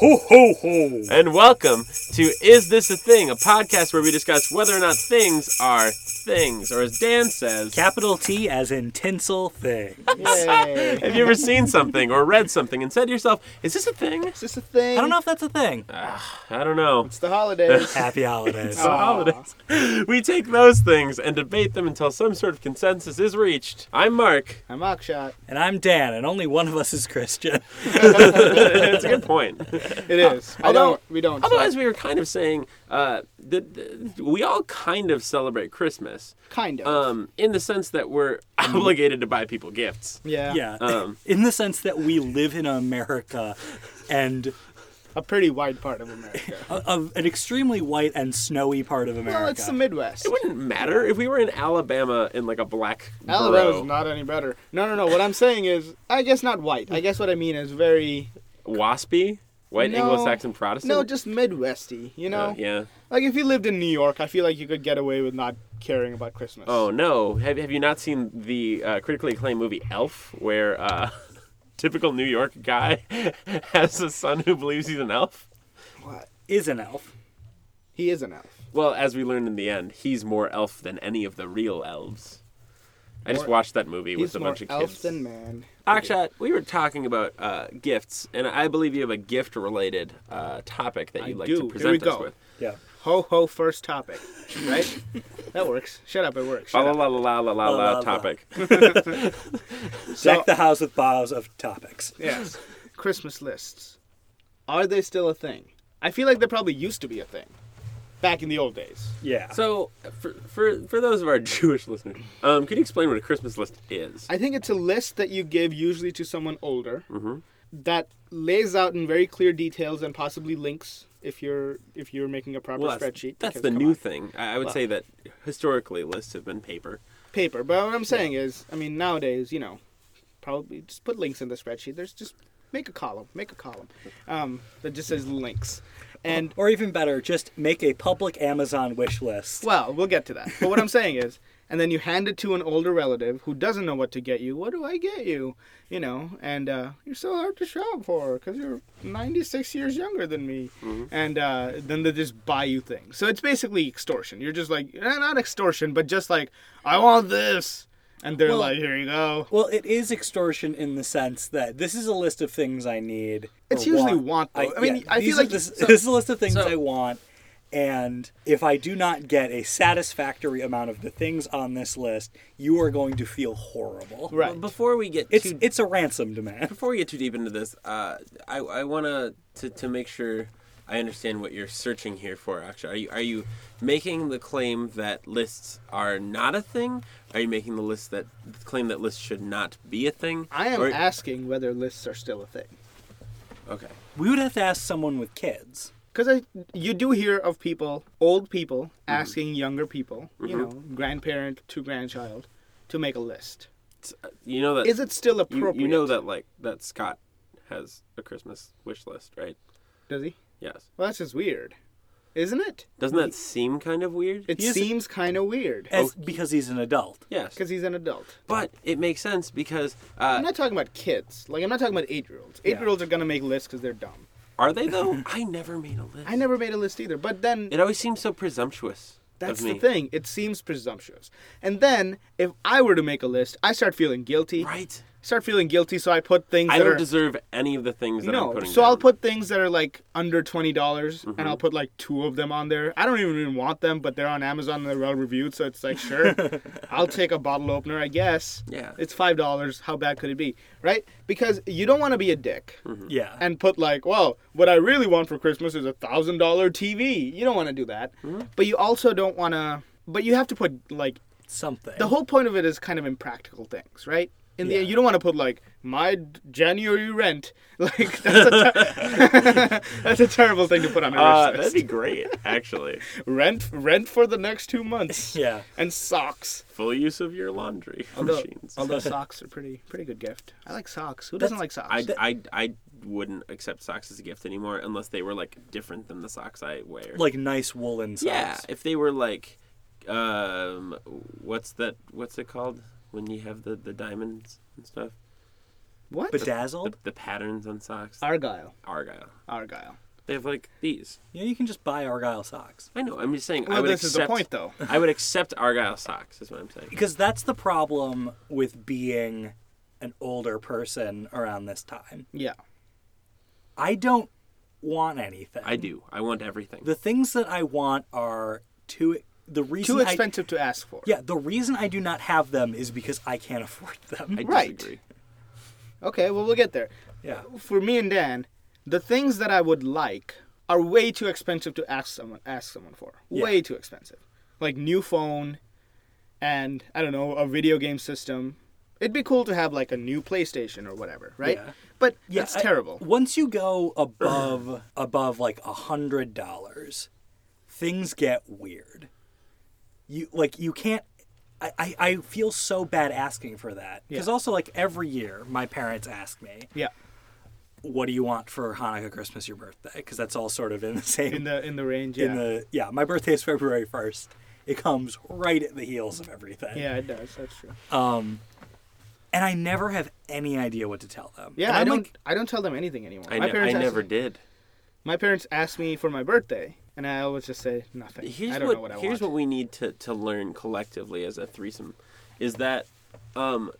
Ho, ho, ho. And welcome to Is This a Thing? A podcast where we discuss whether or not things are things, or as Dan says, Capital T as in tinsel thing. Yay. have you ever seen something or read something and said to yourself, Is this a thing? Is this a thing? I don't know if that's a thing. I don't know. It's the holidays. Happy holidays. Aw. We take those things and debate them until some sort of consensus is reached. I'm Mark. I'm Akshat. And I'm Dan, and only one of us is Christian. That's a good point. It is. I although- don't. We don't. Otherwise, so- we were kind of saying uh, that that we all kind of celebrate Christmas. kind of. Um, in the sense that we're obligated to buy people gifts. yeah. Oh. Yeah. Um. In the sense that we live in America and A pretty wide part of America. a, a- an extremely white and snowy part of America. well, it's the Midwest. It wouldn't matter if we were in Alabama in like a black borough. Alabama's not any better. No, no, no. What I'm saying is, I guess not white. I guess what I mean is very. waspy, white No. Anglo-Saxon Protestant. No, just Midwesty. You know. Uh, yeah. Like if you lived in New York, I feel like you could get away with not caring about Christmas. Oh no! Have Have you not seen the uh, critically acclaimed movie Elf, where uh, typical New York guy has a son who believes he's an elf? What? is an elf. He is an elf. Well, as we learned in the end, he's more elf than any of the real elves. I just More- watched that movie He's with a more bunch of elf kids. than man. Akshat, we were talking about uh, gifts, and I believe you have a gift-related uh, topic that I you'd like do. Here to we present us go. with. Yeah. Ho ho. First topic. Right. that works. Shut up. It works. La Shut la up. la la la la La, la, la la. topic. Deck the house with piles of topics. Yes. Christmas lists. Are they still a thing? I feel like they probably used to be a thing back in the old days. Yeah. So, for, for for those of our Jewish listeners, um, could you explain what a Christmas list is? I think it's a list that you give usually to someone older that lays out in very clear details and possibly links if you're if you're making a proper well, that's, spreadsheet. that's because, the come new on, thing. I, I would say that historically lists have been paper. paper. But what I'm saying is, I mean, nowadays, you know, probably just put links in the spreadsheet. There's just make a column, make a column um, that just says links, and or even better, just make a public Amazon wish list. Well, we'll get to that. But what I'm saying is, and then you hand it to an older relative who doesn't know what to get you. What do I get you? You know, and uh, you're so hard to shop for because you're 96 years younger than me. And uh, then they just buy you things. So it's basically extortion. You're just like, eh, not extortion, but just like, I want this. And they're Well- like, here you go. Well, it is extortion in the sense that this is a list of things I need. It's or usually want, though. I mean, I these feel are- like- this, so- this is a list of things so- I want, and if I do not get a satisfactory amount of the things on this list, you are going to feel horrible. Right. But before we get It's too it's a ransom demand. before we get too deep into this, uh, I I want to to make sure I understand what you're searching here for. Actually, are you are you making the claim that lists are not a thing? Are you making the list that the claim that lists should not be a thing? I am Or- asking whether lists are still a thing. okay. We would have to ask someone with kids. Because I, you do hear of people, old people, Mm-hmm. asking younger people, you know, grandparent to grandchild, to make a list. It's- uh, You know that Is it still you, appropriate? you know that like that Scott has a Christmas wish list, right? Does he? Yes. Well, that's just weird, isn't it? Doesn't that seem kind of weird? It He is- seems kind of weird As, Because he's an adult. yes. because he's an adult. But it makes sense because uh, I'm not talking about kids. Like I'm not talking about eight-year-olds. Eight-year-olds are gonna make lists because they're dumb. are they though? I never made a list. I never made a list either. But then It always seems so presumptuous. That's of me. the thing. It seems presumptuous. And then if I were to make a list, I start feeling guilty. Right. Start feeling guilty, so I put things. I that don't are, deserve any of the things that I'm No, putting. so I'll down. Mm-hmm. put things that are like under twenty dollars, and I'll put like two of them on there. I don't even, even want them, but they're on Amazon and they're well reviewed, so it's like sure, I'll take a bottle opener, I guess. Yeah. it's five dollars. How bad could it be, right? Because you don't want to be a dick Mm-hmm. Yeah. and put like, well, what I really want for Christmas is a thousand dollar TV. You don't want to do that, Mm-hmm. but you also don't want to. But you have to put like Something. the whole point of it is kind of impractical things, right? In the Yeah. end, you don't want to put like my d- January rent. Like that's a, ter- that's a terrible thing to put on Uh, a wish that'd list. be great, actually. Rent, rent for the next two months. yeah. And socks. Full use of your laundry Although, machines. although socks are pretty, pretty good gift. I like socks. Who doesn't like socks? I, I, I wouldn't accept socks as a gift anymore unless they were like different than the socks I wear. Like nice woolen socks. yeah, if they were like, um, what's that? What's it called when you have the the diamonds and stuff? What? Bedazzled? The, the patterns on socks. Argyle. Argyle. Argyle. They have like these. Yeah, you can just buy Argyle socks. I know. I'm just saying. I Well, would this is accept, the point, though. I would accept Argyle socks. Is what I'm saying. Because that's the problem with being an older person around this time. Yeah. I don't want anything. I do. I want everything. the things that I want are too the reason Too I- expensive to ask for. yeah, the reason I do not have them is because I can't afford them. I Right. disagree. Okay, well, we'll get there. yeah. For me and Dan, the things that I would like are way too expensive to ask someone ask someone for. Yeah. Way too expensive. Like new phone and I don't know, a video game system. It'd be cool to have like a new PlayStation or whatever, right? Yeah. But Yeah, it's I- terrible. Once you go above above like a hundred dollars, things get weird. You like you can't. I, I, I feel so bad asking for that because Yeah. also like every year my parents ask me yeah. what do you want for Hanukkah Christmas your birthday because that's all sort of in the same In the in the range, yeah. in the yeah my birthday is February first it comes right at the heels of everything yeah, it does. That's true. and I never have any idea what to tell them Yeah, And I I'm don't. like, I don't tell them anything anymore. I, ne- I ask never me, did. My parents ask me for my birthday, and I always just say nothing. Here's I don't what, know what I here's want. what we need to, to learn collectively as a threesome, is that, um,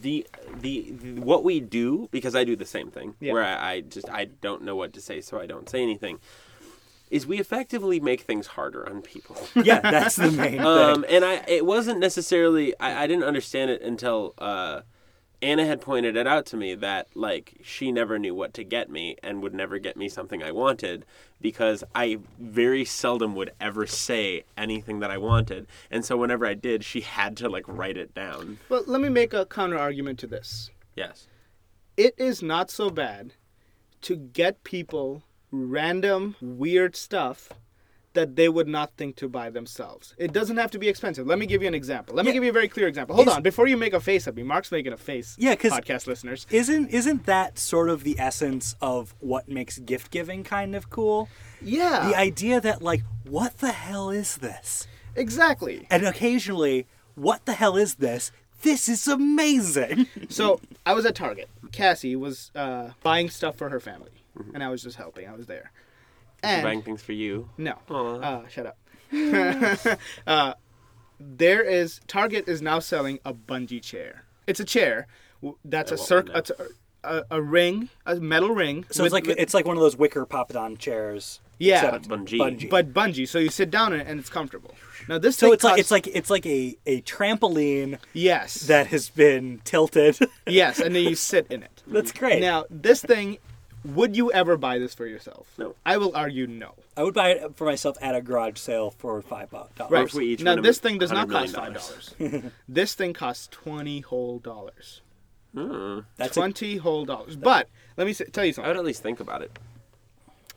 the, the the- what we do because I do the same thing Yeah. where I, I just I don't know what to say so I don't say anything, is we effectively make things harder on people. yeah that's the main thing um, and I it wasn't necessarily I, I didn't understand it until uh, Anna had pointed it out to me that like she never knew what to get me and would never get me something I wanted because I very seldom would ever say anything that I wanted and so whenever I did she had to like write it down Well, let me make a counter argument to this. yes It is not so bad to get people random weird stuff that they would not think to buy themselves. It doesn't have to be expensive. Let me give you an example. Let me Yeah. give you a very clear example. Hold Is- on, before you make a face at me, Mark's making a face. Yeah, 'cause- podcast listeners. isn't isn't that sort of the essence of what makes gift giving kind of cool? Yeah, The idea that like, what the hell is this? exactly. And occasionally, what the hell is this? This is amazing. So I was at Target. Cassie was uh, buying stuff for her family, Mm-hmm. and I was just helping. I was there. And buying things for you no, Aw. uh, shut up. uh, there is Target is now selling a bungee chair. It's a chair w- that's I a want circle. one A, a, a ring, a metal ring. So with- it's like with- it's like one of those wicker pop-it-on chairs. Yeah. except But bungee. but bungee. So you sit down in it and it's comfortable. Now this so thing it's like it's costs- like it's like a a trampoline yes that has been tilted. yes, and then you sit in it. That's great. Now this thing, would you ever buy this for yourself? No. I will argue no. I would buy it for myself at a garage sale for five bu- dollars. Right. if we each now win a this thing does not $100 cost million five dollars. this thing costs twenty whole dollars. Mm. That's a, Twenty whole dollars. But let me s- tell I you would something. at least think about it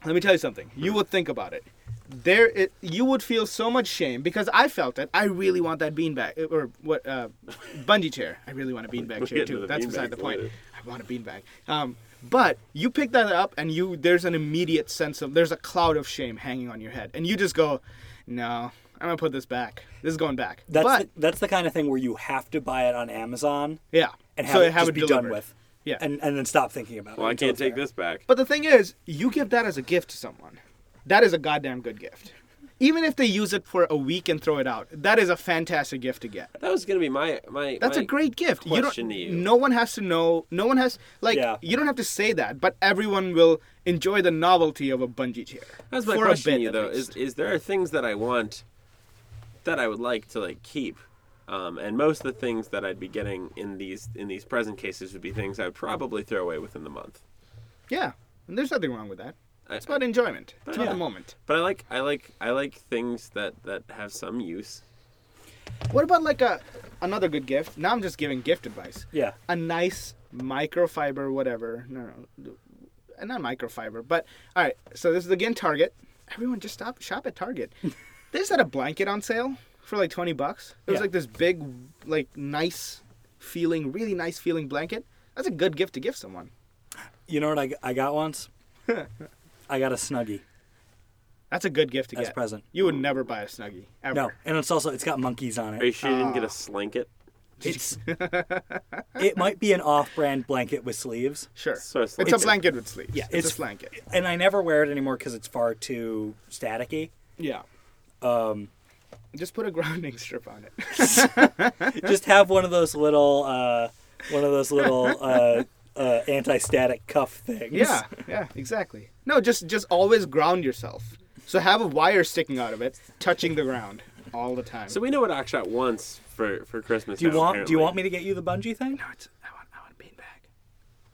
Let me tell you something. You would think about it. There, it, you would feel so much shame because I felt it. I really want that beanbag or what uh, bungee chair. I really want a beanbag We'll chair get to too. the That's beanbags beside the point. later. I want a beanbag. Um, but you pick that up and you there's an immediate sense of there's a cloud of shame hanging on your head, and you just go, no, I'm gonna put this back. This is going back. that's but the, that's the kind of thing where you have to buy it on Amazon. Yeah. and so have they it have just it be delivered. done with. Yeah. And and then stop thinking about well it. I until can't it's take there. this back But the thing is, you give that as a gift to someone. That is a goddamn good gift. Even if they use it for a week and throw it out, that is a fantastic gift to get. that was gonna be my my That's my- a great gift. question you to don't, you. No one has to know. No one has like. Yeah. You don't have to say that, but everyone will enjoy the novelty of a bungee chair. That's my for question a to bit, you at though. Is least. is there are things that I want that I would like to like keep, um, and most of the things that I'd be getting in these in these present cases would be things I would probably throw away within the month. yeah, and there's nothing wrong with that. I- It's about enjoyment. It's about Yeah. the moment. But I like I like I like things that that have some use. What about like a another good gift? Now I'm just giving gift advice. Yeah. a nice microfiber whatever no no uh, not microfiber but all right so this is again target everyone just stop shop at target they just had a blanket on sale for like 20 bucks it was Yeah. like this big like nice feeling really nice feeling blanket that's a good gift to give someone You know what I, I got once? I got a Snuggie that's a good gift to as get present. you would never buy a snuggie ever No, and it's also it's got monkeys on Are you it. sure you didn't get a slinket? It's it might be an off-brand blanket with sleeves, Sure. So it's it's, like- a blanket with sleeves. Yeah, it's, it's- a blanket. and I never wear it anymore because it's far too staticky. Yeah. Um, just put a grounding strip on it. Just have one of those little uh, one of those little uh, uh, anti-static cuff things. yeah. Yeah. Exactly. No, just just always ground yourself. So have a wire sticking out of it, touching the ground all the time. So we know what Akshat wants for, for Christmas. Do you now, want Do Apparently. you want me to get you the bungee thing? No, it's- I want I want a beanbag.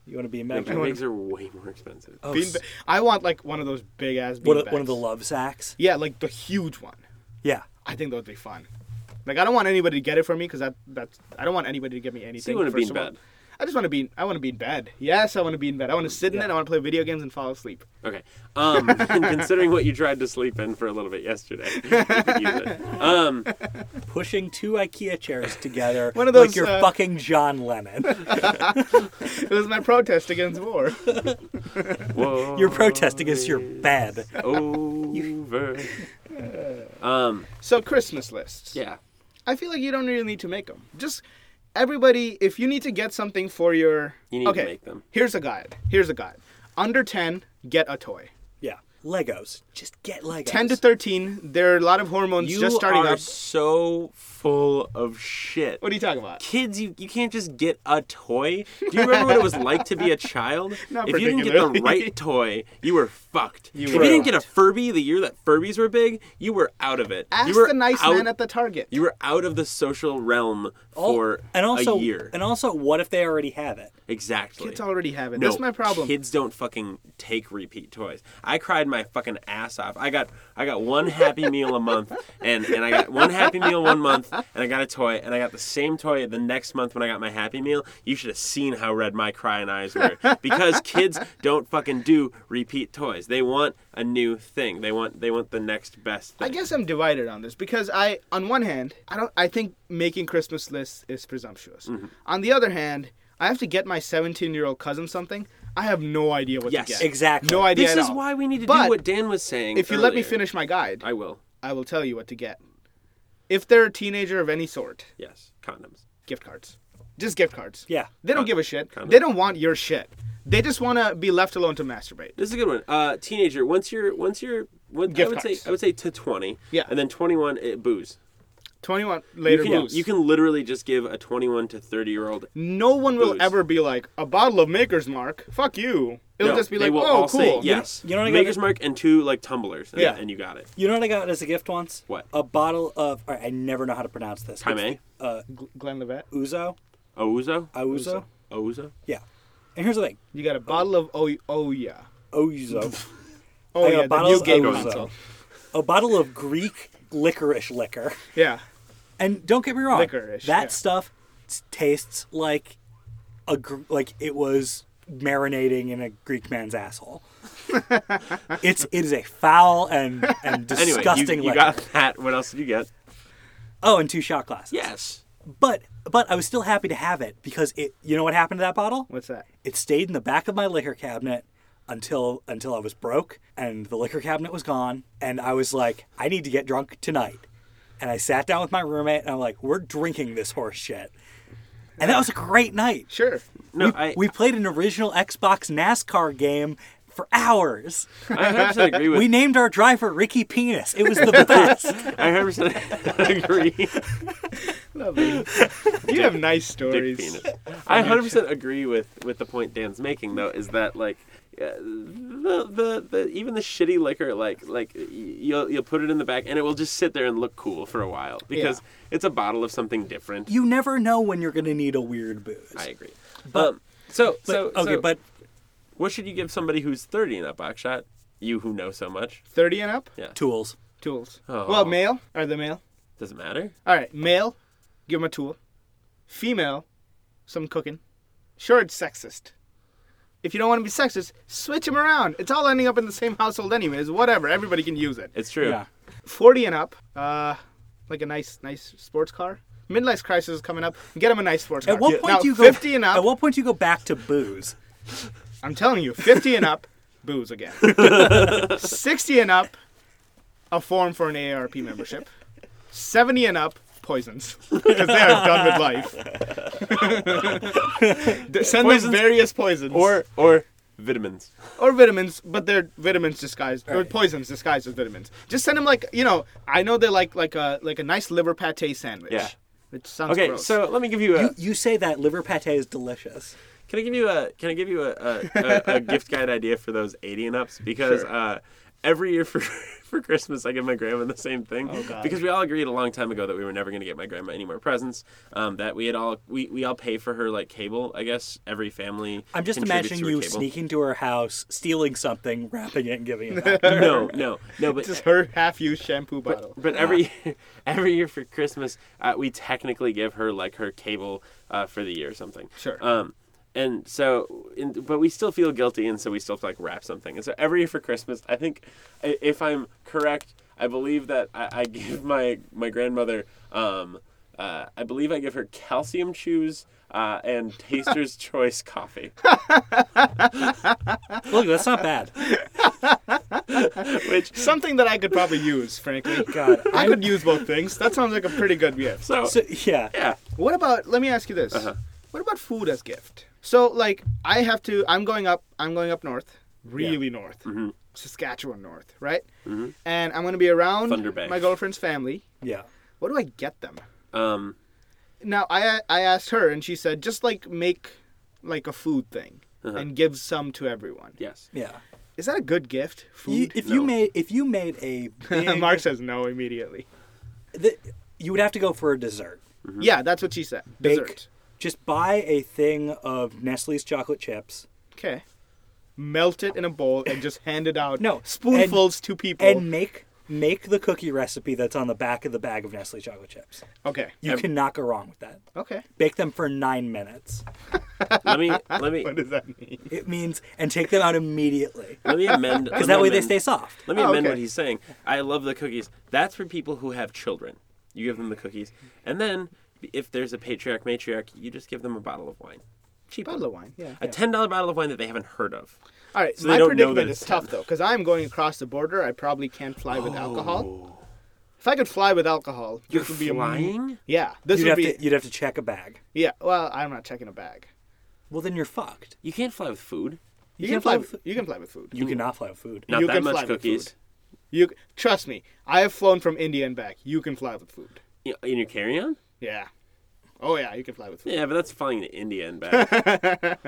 You want to be a Like, member? Beanbags are way more expensive. Oh, Beanba- I want like one of those big ass one, beanbags. of, one of the love sacks. Yeah, like the huge one. Yeah. I think that would be fun. Like I don't want anybody to get it for me because that that's I don't want anybody to give me anything. So you want to be first in of all. bed? I just want to be. I want to be in bed. Yes, I want to be in bed. I want to sit in Yeah. it. I want to play video games and fall asleep. Okay. Um, and considering what you tried to sleep in for a little bit yesterday, you could use it. Um, Pushing two IKEA chairs together One of those, like you're uh, fucking John Lennon. It was my protest against war. whoa, Your protest against your bed. over. Um, So Christmas lists. yeah. I feel like you don't really need to make them. Just everybody, if you need to get something for your You need to okay, make them. Here's a guide. Here's a guide. Under ten, get a toy. Yeah. Legos. Just get Legos. Ten to thirteen, there are a lot of hormones You just starting are up. so full of shit. What are you talking about? Kids, you, you can't just get a toy. Do you remember what it was like to be a child? Not if you didn't get the particularly. right toy, you were fucked. if were you didn't get a fucked. Furby the year that Furbies were big, you were out of it. Ask you were the nice out, man at the Target. You were out of the social realm Al- for Oh, and also a year. and also what if they already have it? exactly. Kids already have it. No, That's my problem. Kids don't fucking take repeat toys. I cried my fucking ass off. I got I got one happy meal a month and, and I got one happy meal one month and I got a toy and I got the same toy the next month when I got my happy meal. You should have seen how red my crying eyes were. Because kids don't fucking do repeat toys. They want a new thing. They want they want the next best thing. I guess I'm divided on this because I, on one hand, I don't. I think making Christmas lists is presumptuous. Mm-hmm. On the other hand, I have to get my 17 year old cousin something. I have no idea what Yes, to get. exactly. No idea. this at is all. why we need to But do what Dan was saying. If you let me earlier. finish my guide, I will. I will tell you what to get. If they're a teenager of any sort, Yes. Condoms. gift cards. Just gift cards. Yeah. They don't Con- give a shit. condom. They don't want your shit. They just want to be left alone to masturbate. This is a good one. Uh, teenager, once you're once you're once, I Gift would cards. say I would say to twenty. Yeah. And then twenty one it booze. 21 later you can booze. you can literally just give a twenty one to thirty year old. No one will Booze. ever be like a bottle of Maker's Mark. Fuck you. It'll just be like, oh, cool. yes. you know what I got- Maker's mark and two like tumblers. And, Yeah. And you got it. You know what I got as a gift once? What? A bottle of all right, I never know how to pronounce this. Time It's the- Uh Gl- Glenn Levet, Uzo? Ouzo. Auzo? Ouzo. Yeah. And here's the thing. you got a bottle of oh, oh yeah, Ouzo. oh I yeah, got the bottles new game of oh, console. a bottle of Greek licorice liquor. Yeah, And don't get me wrong, Licorice, that yeah. stuff t- tastes like a gr- like it was marinating in a Greek man's asshole. it's it is a foul and and Anyway, disgusting you, liquor. you got that. What else did you get? Oh, and two shot glasses. Yes. But but I was still happy to have it because it you know what happened to that bottle? what's that? It stayed in the back of my liquor cabinet until until I was broke and the liquor cabinet was gone and I was like, I need to get drunk tonight. And I sat down with my roommate and I'm like, we're drinking this horse shit. And that was a great night. Sure. No, I We played an original Xbox NASCAR game for hours. I hundred percent agree with. We named our driver Ricky Penis. It was the best. I hundred percent agree. Lovely. you have nice stories. Dick penis. I 100% agree with with the point Dan's making though is that like uh, the, the the even the shitty liquor like like y- you'll you'll put it in the back and it will just sit there and look cool for a while because it's a bottle of something different. You never know when you're going to need a weird booze. I agree. But- um, so But, so okay, so but what should you give somebody who's 30 and up, Akshat? You who know so much Thirty and up tools. tools. Oh. Well, male are the male. doesn't matter. All right, male, give him a tool. Female, some cooking. Sure, it's sexist. If you don't want to be sexist, switch them around. It's all ending up in the same household, anyways. Whatever. Everybody can use it. It's true. Yeah. 40 and up, uh, like a nice, nice sports car. Midlife crisis is coming up. Get him a nice sports car. At what Yeah. point Now, do you go 50 and up? At what point do you go back to booze? I'm telling you, 50 and up, booze again. 60 and up, a form for an AARP membership. 70 and up, poisons because they are done with life. D- Send them Poisons various poisons or or vitamins. or vitamins, but they're vitamins disguised or Right. poisons disguised as vitamins. Just send them like you know. I know they like like a like a nice liver pate sandwich. Yeah. Which sounds Okay, gross. so let me give you a. You, Uh, you say that liver pate is delicious. Can I give you a Can I give you a a, a, a gift guide idea for those eighty and ups? Because Sure. uh, every year for for Christmas, I give my grandma the same thing. Oh, God. Because we all agreed a long time ago that we were never going to get my grandma any more presents. Um, that we had all we, we all pay for her like cable. I guess every family. I'm just contributes imagining to her you cable. sneaking to her house, stealing something, wrapping it, and giving it back. No, no, no. But just her half-used shampoo bottle. But every every year for Christmas, uh, we technically give her like her cable uh, for the year or something. Sure. Um, and so, in, but we still feel guilty, and so we still have to like wrap something. And so every year for Christmas, I think i- if I'm correct, I believe that I, I give my my grandmother. Um, uh, I believe I give her calcium chews uh, and Taster's Choice coffee, Look, that's not bad. which Something that I could probably use, frankly. God, I could use both things. That sounds like a pretty good gift. so, So, yeah. yeah. What about? Let me ask you this. What about food as gift? So like, I have to. I'm going up. I'm going up north. Really north. Saskatchewan north, right? Mm-hmm. And I'm gonna be around Thunder Bay. my girlfriend's family. Yeah. What do I get them? Um, Now I I asked her and she said just like make like a food thing and give some to everyone. yes. Yeah. Is that a good gift? You, Food. if you No. made if you made a big, Mark says no immediately. the, you would have to go for a dessert. Yeah, that's what she said. Bake. Dessert. Just buy a thing of Nestle's chocolate chips Okay. Melt it in a bowl and just hand it out. No, spoonfuls to people. and make make the cookie recipe that's on the back of the bag of Nestle chocolate chips. okay. You cannot go wrong with that. Okay. Bake them for nine minutes. Let me let me What does that mean? It means and take them out immediately let me amend because that way they amend. stay soft. Let me Oh, amend okay. what he's saying. I love the cookies. That's for people who have children. You give them the cookies, and then if there's a patriarch matriarch, you just give them a bottle of wine, cheap Bottle of wine. Yeah. a ten dollar bottle of wine that they haven't heard of. All right. So they my don't know predicament that is it's tough though, because I'm going across the border. I probably can't fly with alcohol. If I could fly with alcohol, You're this would be a- flying. yeah, this You'd would have be to you'd have to check a bag. yeah. Well, I'm not checking a bag. Well, then you're fucked. You can't fly with food. You, can't can fly fly. with- With, you can fly with food. You cannot fly with food. Not You that can much fly with cookies. food. You c- trust me. I have flown from India and back. You can fly with food. You- In your carry on. Yeah. Oh yeah, you can fly with food. Yeah, but that's flying to India and back.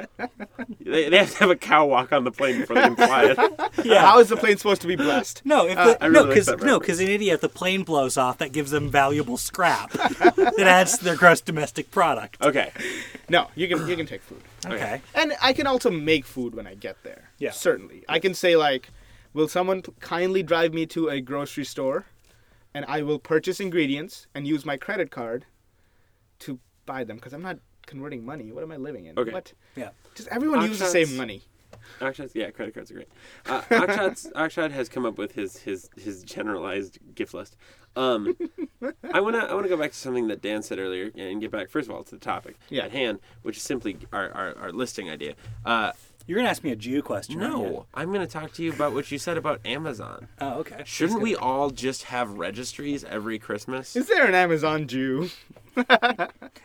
they, they have to have a cow walk on the plane before they can fly it. How is Uh, the plane supposed to be blessed? No, if I the, really no, like because that no, reference. because in India, if the plane blows off, that gives them valuable scrap that adds to their gross domestic product. Oh, Okay. No, you can you can take food. Okay. And I can also make food when I get there. Yeah. Certainly. I can say like, will someone p- kindly drive me to a grocery store and I will purchase ingredients and use my credit card to buy them because I'm not converting money. What am I living in? Okay. What? Yeah. Just everyone use the Options. same money. Akshad's, yeah, credit cards are great. Uh, Akshad's, Akshad has come up with his his his generalized gift list. Um, I wanna I wanna go back to something that Dan said earlier and get back first of all to the topic Yeah. at hand, which is simply our our, our listing idea. Uh, You're gonna ask me a Jew question. aren't you? no, I'm gonna talk to you about what you said about Amazon. Oh, okay. Shouldn't we all just have registries every Christmas? Is there an Amazon Jew?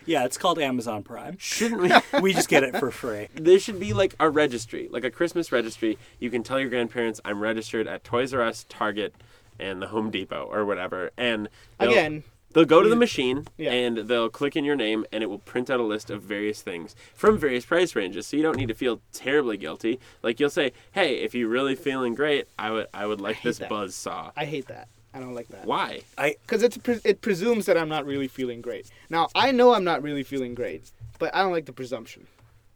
Yeah, it's called Amazon Prime. Shouldn't we? We just get it for free. there should be like a registry, like a Christmas registry. You can tell your grandparents, "I'm registered at Toys R Us, Target, and the Home Depot, or whatever." And they'll- Again. they'll go to the machine Yeah. and they'll click in your name, and it will print out a list of various things from various price ranges. So you don't need to feel terribly guilty. Like you'll say, "Hey, if you're really feeling great, I would I would like this that. buzz saw." I hate that. I don't like that. Why? I Because it pre- it presumes that I'm not really feeling great. Now I know I'm not really feeling great, but I don't like the presumption.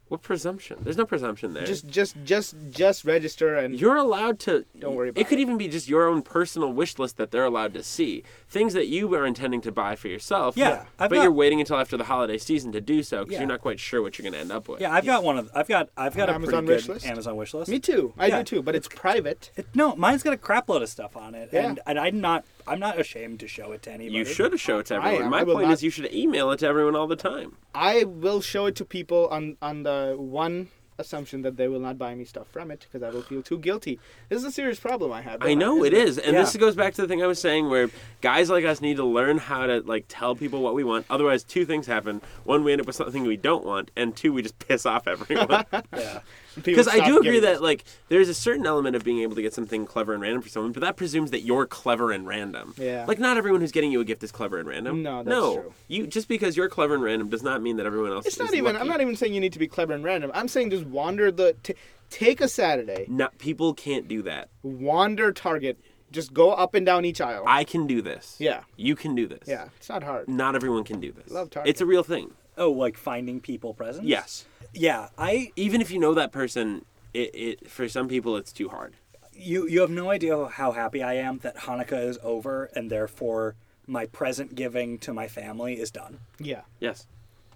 What presumption? There's no presumption there. Just just just just register and You're allowed to. Don't worry It about could it. even be just your own personal wish list that they're allowed to see. Things that you are intending to buy for yourself. Yeah, Yeah. I've But got- you're waiting until after the holiday season to do so because Yeah. you're not quite sure what you're going to end up with. yeah, I've got one of I've got I've got a Amazon pretty wish good list? Amazon wish list. Me too. I Yeah. do too, but it's private. It, no, mine's got a crap load of stuff on it, and Yeah. and I'm not I'm not ashamed to show it to anybody. You should show it to I everyone. am. My I will point not- is, you should email it to everyone all the time. I will show it to people on on the one assumption that they will not buy me stuff from it because I will feel too guilty. This is a serious problem I have. I know it is, and Yeah. this goes back to the thing I was saying, where guys like us need to learn how to like tell people what we want. Otherwise, two things happen: one, we end up with something we don't want, and two, we just piss off everyone. Yeah. Because I do agree that like there's a certain element of being able to get something clever and random for someone, but that presumes that you're clever and random. Yeah. Like not everyone who's getting you a gift is clever and random. No, that's no. true. You just because you're clever and random does not mean that everyone else. It's is not even. I'm lucky. not even saying you need to be clever and random. I'm saying just wander the. T- take a Saturday, Not people can't do that. wander Target, just go up and down each aisle. I can do this. Yeah. You can do this. yeah, it's not hard. Not everyone can do this. Love Target. It's a real thing. Oh, like finding people presents. Yes. Yeah. I Even if you know that person, it, it for some people it's too hard. you you have no idea how happy I am that Hanukkah is over and therefore my present giving to my family is done. Yeah. Yes.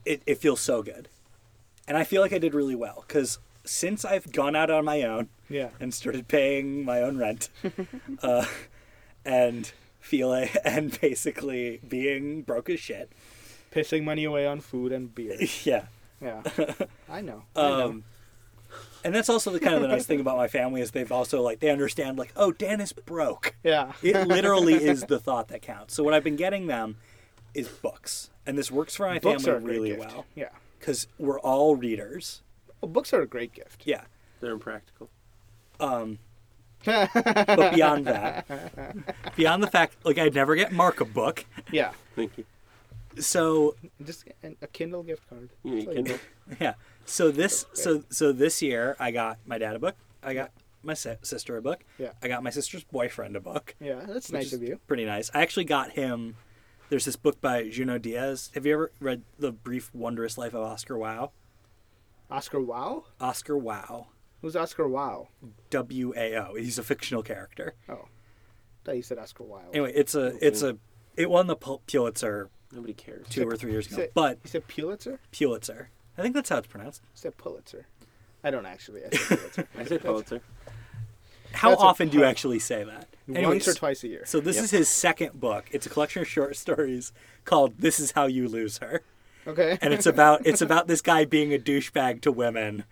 It it feels so good, and I feel like I did really well because since I've gone out on my own Yeah. and started paying my own rent, uh, and feel and basically being broke as shit. Pissing money away on food and beer. Yeah. Yeah. I know. I know. Um, and that's also the kind of the nice thing about my family is they've also like they understand like oh Dan is broke. Yeah. It literally is the thought that counts. So what I've been getting them is books, and this works for my Books are a family great really gift. well Yeah. because we're all readers. Well, books are a great gift. Yeah, They're impractical. but beyond that, beyond the fact like I'd never get Mark a book, Yeah. Thank you. so Just a, a Kindle gift card. You need That's all Kindle. Yeah. So this so so this year I got my dad a book. I got my si- sister a book. Yeah. I got my sister's boyfriend a book. Yeah, that's which nice is of you. Pretty nice. I actually got him. There's this book by Juno Diaz. Have you ever read The Brief Wondrous Life of Oscar Wilde? Oscar Wow? Oscar Wilde, Who's Oscar Wow? Mm. W A O. He's a fictional character. Oh. thought you said Oscar Wilde. Anyway, it's a it's a it won the Pul- Pulitzer Nobody cares. two or three years you ago, said, but you said Pulitzer? You Pulitzer. I think that's how it's pronounced. said Pulitzer. I don't actually. I said Pulitzer. I say Pulitzer. How That's a often do you pun. actually say that? Once or Anyways, twice a year. So this Yep. is his second book. It's a collection of short stories called "This Is How You Lose Her," okay. and it's about it's about this guy being a douchebag to women,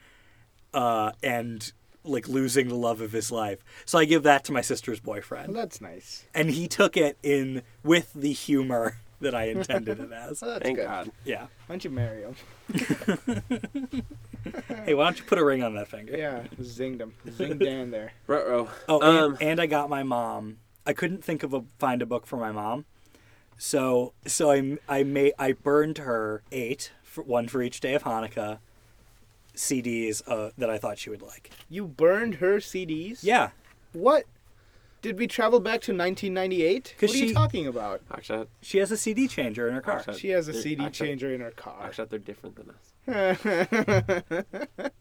uh, and like losing the love of his life. So I give that to my sister's well, boyfriend, that's nice. and he took it in with the humor that I intended it as. Well, that's Thank good. God. Yeah. Why don't you marry him? Hey, why don't you put a ring on that finger? Yeah, zinged him. Zing Dan there. Ruh-roh. Oh, and, um, and I got my mom. I couldn't think of a find a book for my mom, so so I I made I burned her eight for, one for each day of Hanukkah CDs uh, that I thought she would like. You burned her CDs? Yeah, What? Did we travel back to 1998? What 'Cause are you she- talking about? Akshat. she has a CD changer in her car. Akshat, She has a they're- CD Akshat- changer in her car. Akshat, they're different than us.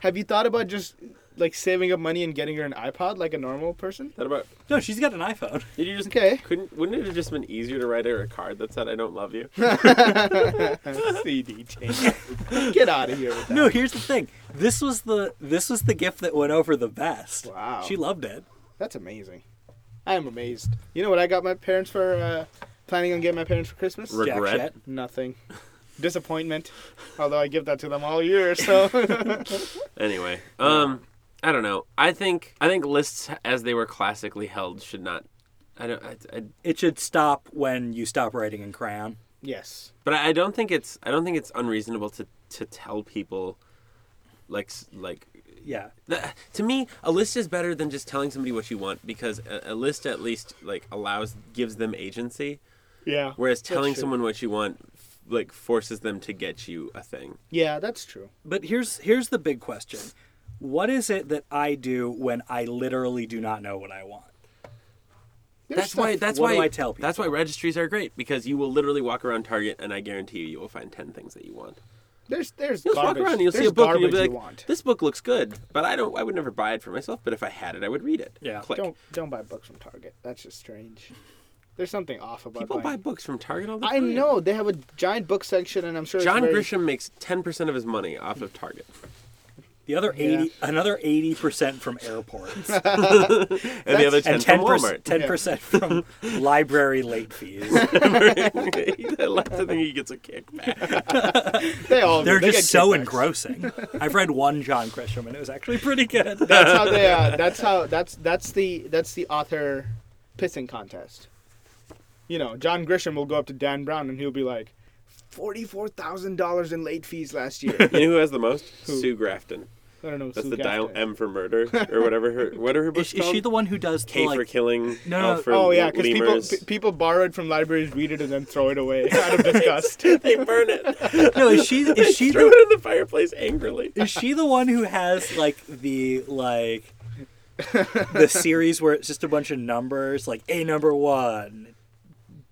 Have you thought about just like saving up money and getting her an iPod like a normal person? That about No, she's got an iPhone. Did you just Okay. Couldn't wouldn't it have just been easier to write her a card that said I don't love you? CD changer. Get out of here with that. No, here's the thing. This was the this was the gift that went over the best. Wow. she loved it. That's amazing. I am amazed. You know what I got my parents for? Uh, planning on getting my parents for Christmas? Re- Jack Regret? shit. Nothing. Disappointment. Although I give that to them all year, so. anyway, um I don't know. I think I think lists as they were classically held should not I don't I, I, It should stop when you stop writing in crayon. yes. but I don't think it's I don't think it's unreasonable to to tell people like s- like Yeah, that, to me a list is better than just telling somebody what you want because a, a list at least like allows gives them agency Yeah. whereas telling true. someone what you want f- like forces them to get you a thing. Yeah, that's true. But here's here's the big question. What is it that I do when I literally do not know what I want? There's That's why. stuff- That's What why. do I tell people? That's why registries are great because you will literally walk around Target and I guarantee you you will find ten things that you want. There's there's You'll just garbage. walk around and you'll there's see a book and garbage you'll be like, you want. "This book looks good," but I don't. I would never buy it for myself. But if I had it, I would read it. Yeah. Click. Don't don't buy books from Target. That's just strange. There's something off about People buy buying- books from Target all the I time. know they have a giant book section, and I'm sure John it's very, Grisham makes ten percent of his money off of Target. The other Yeah. eighty, another eighty percent from airports, and the other ten and ten from Walmart. percent from library late fees. That's the thing he gets a kickback. They all They're they get just so kickbacks. engrossing. I've read one John Grisham, and it was actually pretty good. That's how they. Uh, that's how. That's that's the that's the author pissing contest. You know, John Grisham will go up to Dan Brown and he'll be like, forty-four thousand dollars in late fees last year. I You know who has the most? Who? Sue Grafton. don't know. That's Sue the dial Gaffney. M for murder or whatever her what are her Is, books is called? she the one who does the, K for like? killing. No, L no, for Oh yeah, because people lemurs. p- people borrowed from libraries, read it, and then throw it away out of disgust. they burn it. No, is she? Is she Throw the? it in the fireplace angrily. Is she the one who has like the like the series where it's just a bunch of numbers, like A number one,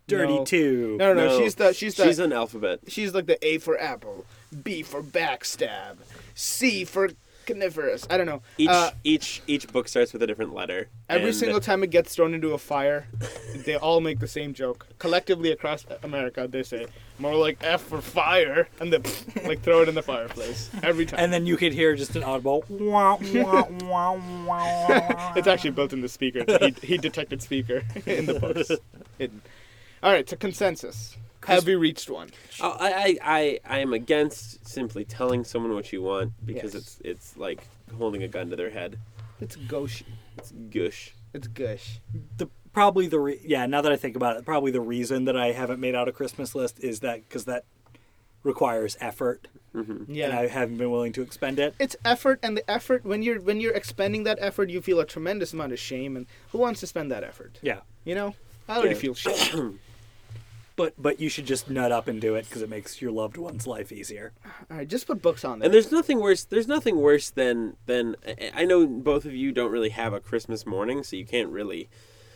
Dirty No. Two? No, no, no. She's the she's the she's an alphabet. She's like the A for apple, B for backstab, C for coniferous. I don't know. Each Uh, each each book starts with a different letter. every and- single time it gets thrown into a fire, they all make the same joke. Collectively across America, they say more like F for fire, and they like throw it in the fireplace every time. And then you could hear just an audible. Wah, wah, wah, wah. it's actually built in the speaker. It's a he, he detected speaker in the books. Hidden. All right, so consensus. Have we reached one? Oh, I, I, I, I am against simply telling someone what you want because Yes. it's it's like holding a gun to their head. It's gush. It's gush. It's gush. the probably the re- yeah. Now that I think about it, probably the reason that I haven't made out a Christmas list is that because that requires effort, and I haven't been willing to expend it. it's effort and the effort when you're when you're expending that effort you feel a tremendous amount of shame and who wants to spend that effort Yeah, you know i already Yeah. feel shame but but you should just nut up and do it because it makes your loved one's life easier. all right just put books on there And there's nothing worse. There's nothing worse than than I- I know both of you don't really have a Christmas morning, so you can't really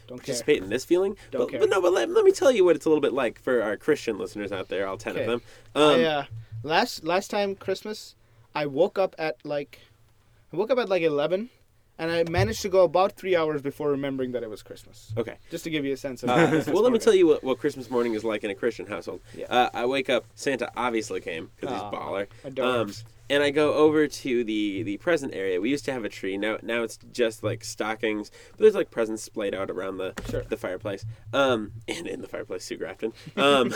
don't care participate in this feeling. Don't but, care. but no, but let, let me tell you what it's a little bit like for our Christian listeners out there, all ten Okay. of them. I, Um, uh, last last time christmas i woke up at like i woke up at like 11 and i managed to go about three hours before remembering that it was christmas Okay. just to give you a sense of Uh, well, let me tell you what, what Christmas morning is like in a Christian household. Yeah. Uh, I wake up. Santa obviously came because he's Aw, baller. Um, adorbs. and I go over to the the present area. We used to have a tree. Now now it's just like stockings, but there's like presents splayed out around the Sure. the fireplace. Um, and in the fireplace, Sue Grafton. Um,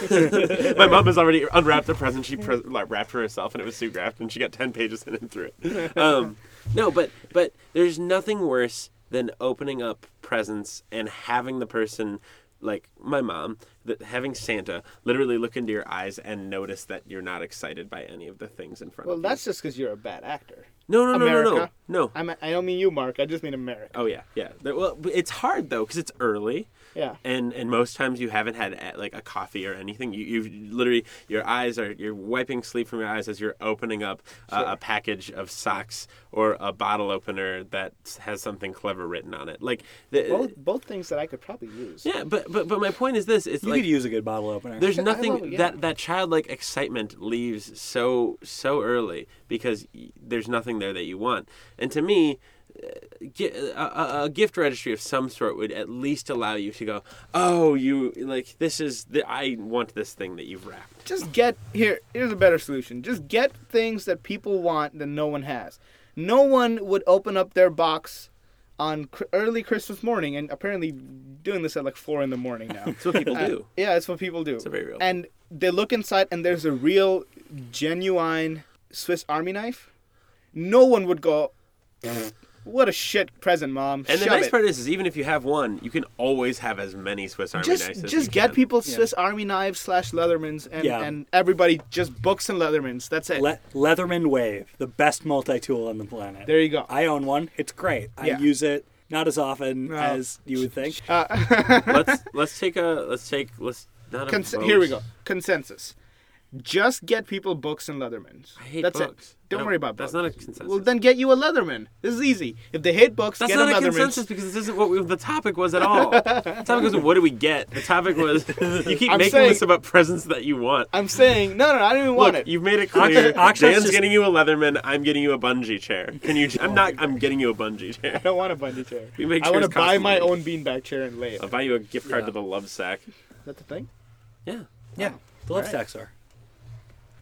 my mom has already unwrapped the present. She pre- like wrapped for herself, and it was Sue Grafton. She got ten pages in and threw it. Um, no, but but there's nothing worse than opening up presents and having the person like my mom that having santa literally look into your eyes and notice that you're not excited by any of the things in front well of you that's just because you're a bad actor no, no, no, no, no, America. no. I'm, i don't mean you mark i just mean america Oh yeah, yeah. That- Well, but it's hard though because it's early, yeah and and most times you haven't had eh, like a coffee or anything. You you've literally your eyes are you're wiping sleep from your eyes as you're opening up uh, a package of socks or a bottle opener that has something clever written on it. Like, the, both both things that i could probably use yeah. But but but my point is this: it's You like could use a good bottle opener. there's I nothing love it, yeah. that that childlike excitement leaves so so early because y- there's nothing there that you want. And to me, uh, gi- a, a, a gift registry of some sort would at least allow you to go, "Oh, you like this is the I want this thing that you've wrapped." just get here here's a better solution just get things that people want that no one has no one would open up their box on cr- early christmas morning and apparently doing this at like four in the morning now Uh, It's what people do. yeah that's what people do it's very real. and they look inside and there's a real genuine swiss army knife no one would go what a shit present mom And the Shove nice it." part is, is even if you have one, you can always have as many Swiss Army just knives. as just you get can. people Swiss Army knives slash Leathermans and, Yeah. and everybody just books and Leathermans. That's it. Le- Leatherman Wave, the best multi-tool on the planet. there you go. I own one. It's great. I Yeah. use it not as often No. Uh, as you would think. let's let's take a let's take let's not a Cons- vote. here we go. Consensus. Just get people books and Leathermans. I hate That's books. it. Don't No, worry about that's not books. a consensus. Well, then get you a Leatherman. This is easy. If they hate books, That's get not a a Leatherman. consensus because this isn't what we, the topic was at all. the topic was what do we get? The topic was you keep I'm making saying- this about presents that you want. I'm saying no, no, I don't even want Look, it. you've made it clear. Aksha's Dan's just- getting you a Leatherman. I'm getting you a bungee chair. Can you? I'm not. I'm getting you a bungee chair. I don't want a bungee chair. We make I want to chairs buy my constantly. own beanbag chair and lay it. I'll Is buy you a gift card to the Love Sack. that the thing? Yeah. Yeah, the love Alright. stacks are.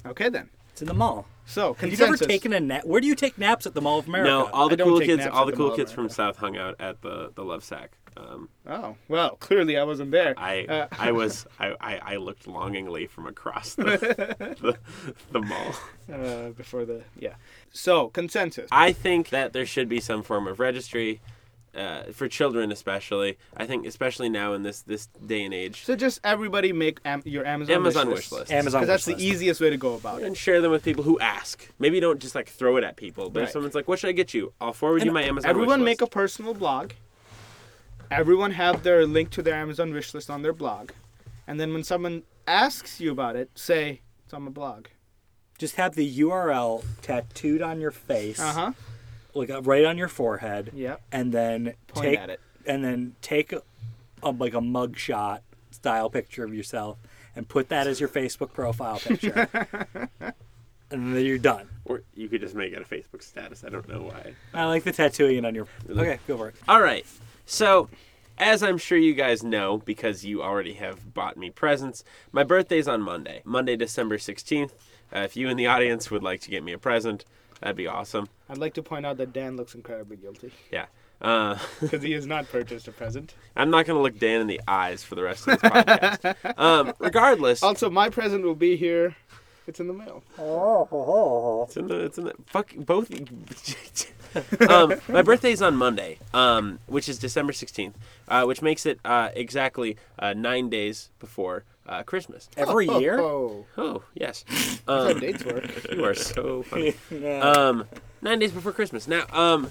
Okay then. It's in the mall. So Have you ever consensus. taken a nap? Where do you take naps at the Mall of America? No, all the I don't cool take kids, naps all at the the cool mall kids right from now. South hung out at the the Love Sack. Um, oh well, clearly I wasn't there. I Uh, I was I, I, I looked longingly from across the, the the mall. uh, before the yeah. So consensus. I think that there should be some form of registry uh, for children, especially. I think especially now in this this day and age, So just everybody make am- your Amazon Amazon wish wish list. list. Amazon Because that's wish the list. easiest way to go about it. and share them with people who ask. Maybe don't just like throw it at people. But Right. if someone's like, "What should I get you?" I'll forward you And my Amazon. Everyone make a personal blog. Everyone have their link to their Amazon wish list on their blog, and then when someone asks you about it, say it's on my blog. Just have the URL tattooed on your face, Uh huh. like uh, right on your forehead. Yep. And then Point take at it. and then take a, a, like a mugshot style picture of yourself and put that as your Facebook profile picture. and then you're done. Or you could just make it a Facebook status. I don't know why. I like the tattooing on your. Okay, go for it. All right. So, as I'm sure you guys know, because you already have bought me presents, my birthday's on Monday, Monday, December 16th. Uh, if you in the audience would like to get me a present, that'd be awesome. I'd like to point out that Dan looks incredibly guilty Yeah. Uh, because he has not purchased a present. I'm not going to look Dan in the eyes for the rest of this podcast. um, regardless, Also, my present will be here. It's in the mail. It's in the. It's in the. Fuck both. um, my birthday's on Monday, um, which is December sixteenth, uh, which makes it uh, exactly uh, nine days before uh, Christmas. Every year? Oh, Oh yes, that's how um, dates work. you are so funny. Uh, Um, nine days before Christmas. Now, um,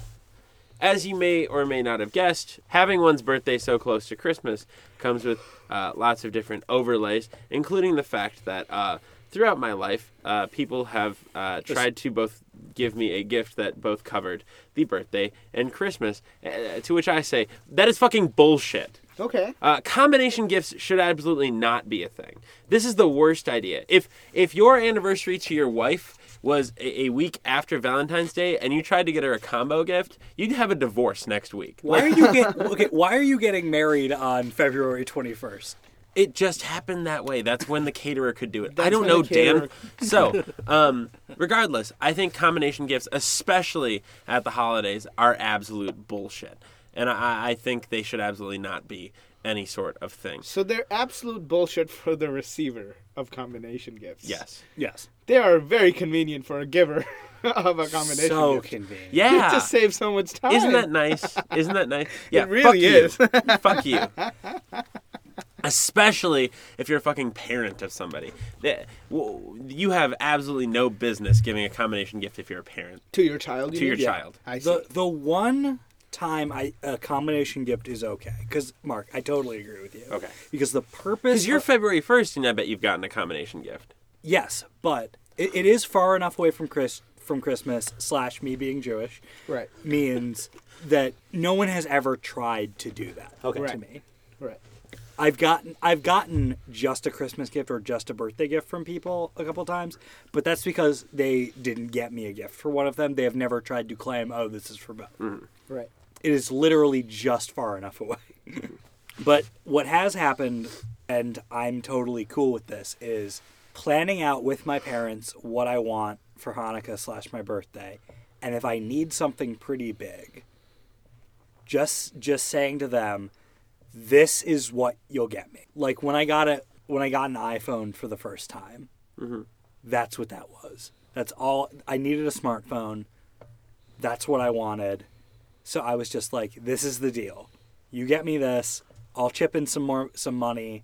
as you may or may not have guessed, having one's birthday so close to Christmas comes with uh, lots of different overlays, including the fact that uh, throughout my life, uh, people have uh, tried to both give me a gift that both covered the birthday and Christmas, uh, to which I say, that is fucking bullshit. Okay. Uh, combination gifts should absolutely not be a thing. This is the worst idea. If if your anniversary to your wife was a, a week after Valentine's Day and you tried to get her a combo gift, you'd have a divorce next week. Why are you get, okay? Why are you getting married on February 21st? It just happened that way. That's when the caterer could do it. That's I don't when the know, Dan. caterer- So, um, regardless, I think combination gifts, especially at the holidays, are absolute bullshit, and I, I think they should absolutely not be any sort of thing. So they're absolute bullshit for the receiver of combination gifts. Yes. Yes. They are very convenient for a giver of a combination So gift. convenient. Yeah. It just saves so much time. Isn't that nice? Isn't that nice? Yeah, really is. fuck you. fuck you. Especially if you're a fucking parent of somebody. Th- w- You have absolutely no business giving a combination gift if you're a parent to your child? you to your mean? child. I see. The the one time I a combination gift is okay because Mark, I totally agree with you. Okay. Because the Because purpose. you're of- February 1st, and I bet you've gotten a combination gift. yes, but it, it is far enough away from Chris from Christmas slash me being Jewish. Right. Means that no one has ever tried to do that. Okay. To Right. me. Right. I've gotten I've gotten just a Christmas gift or just a birthday gift from people a couple times, but that's because they didn't get me a gift for one of them. They have never tried to claim, "Oh, this is for both." Right. It is literally just far enough away. but what has happened and I'm totally cool with this is planning out with my parents what I want for Hanukkah slash my birthday, and if I need something pretty big, just just saying to them, this is what you'll get me. Like when I got it, when I got an iPhone for the first time, that's what that was. That's all I needed a smartphone. That's what I wanted. So I was just like, this is the deal. You get me this. I'll chip in some more some money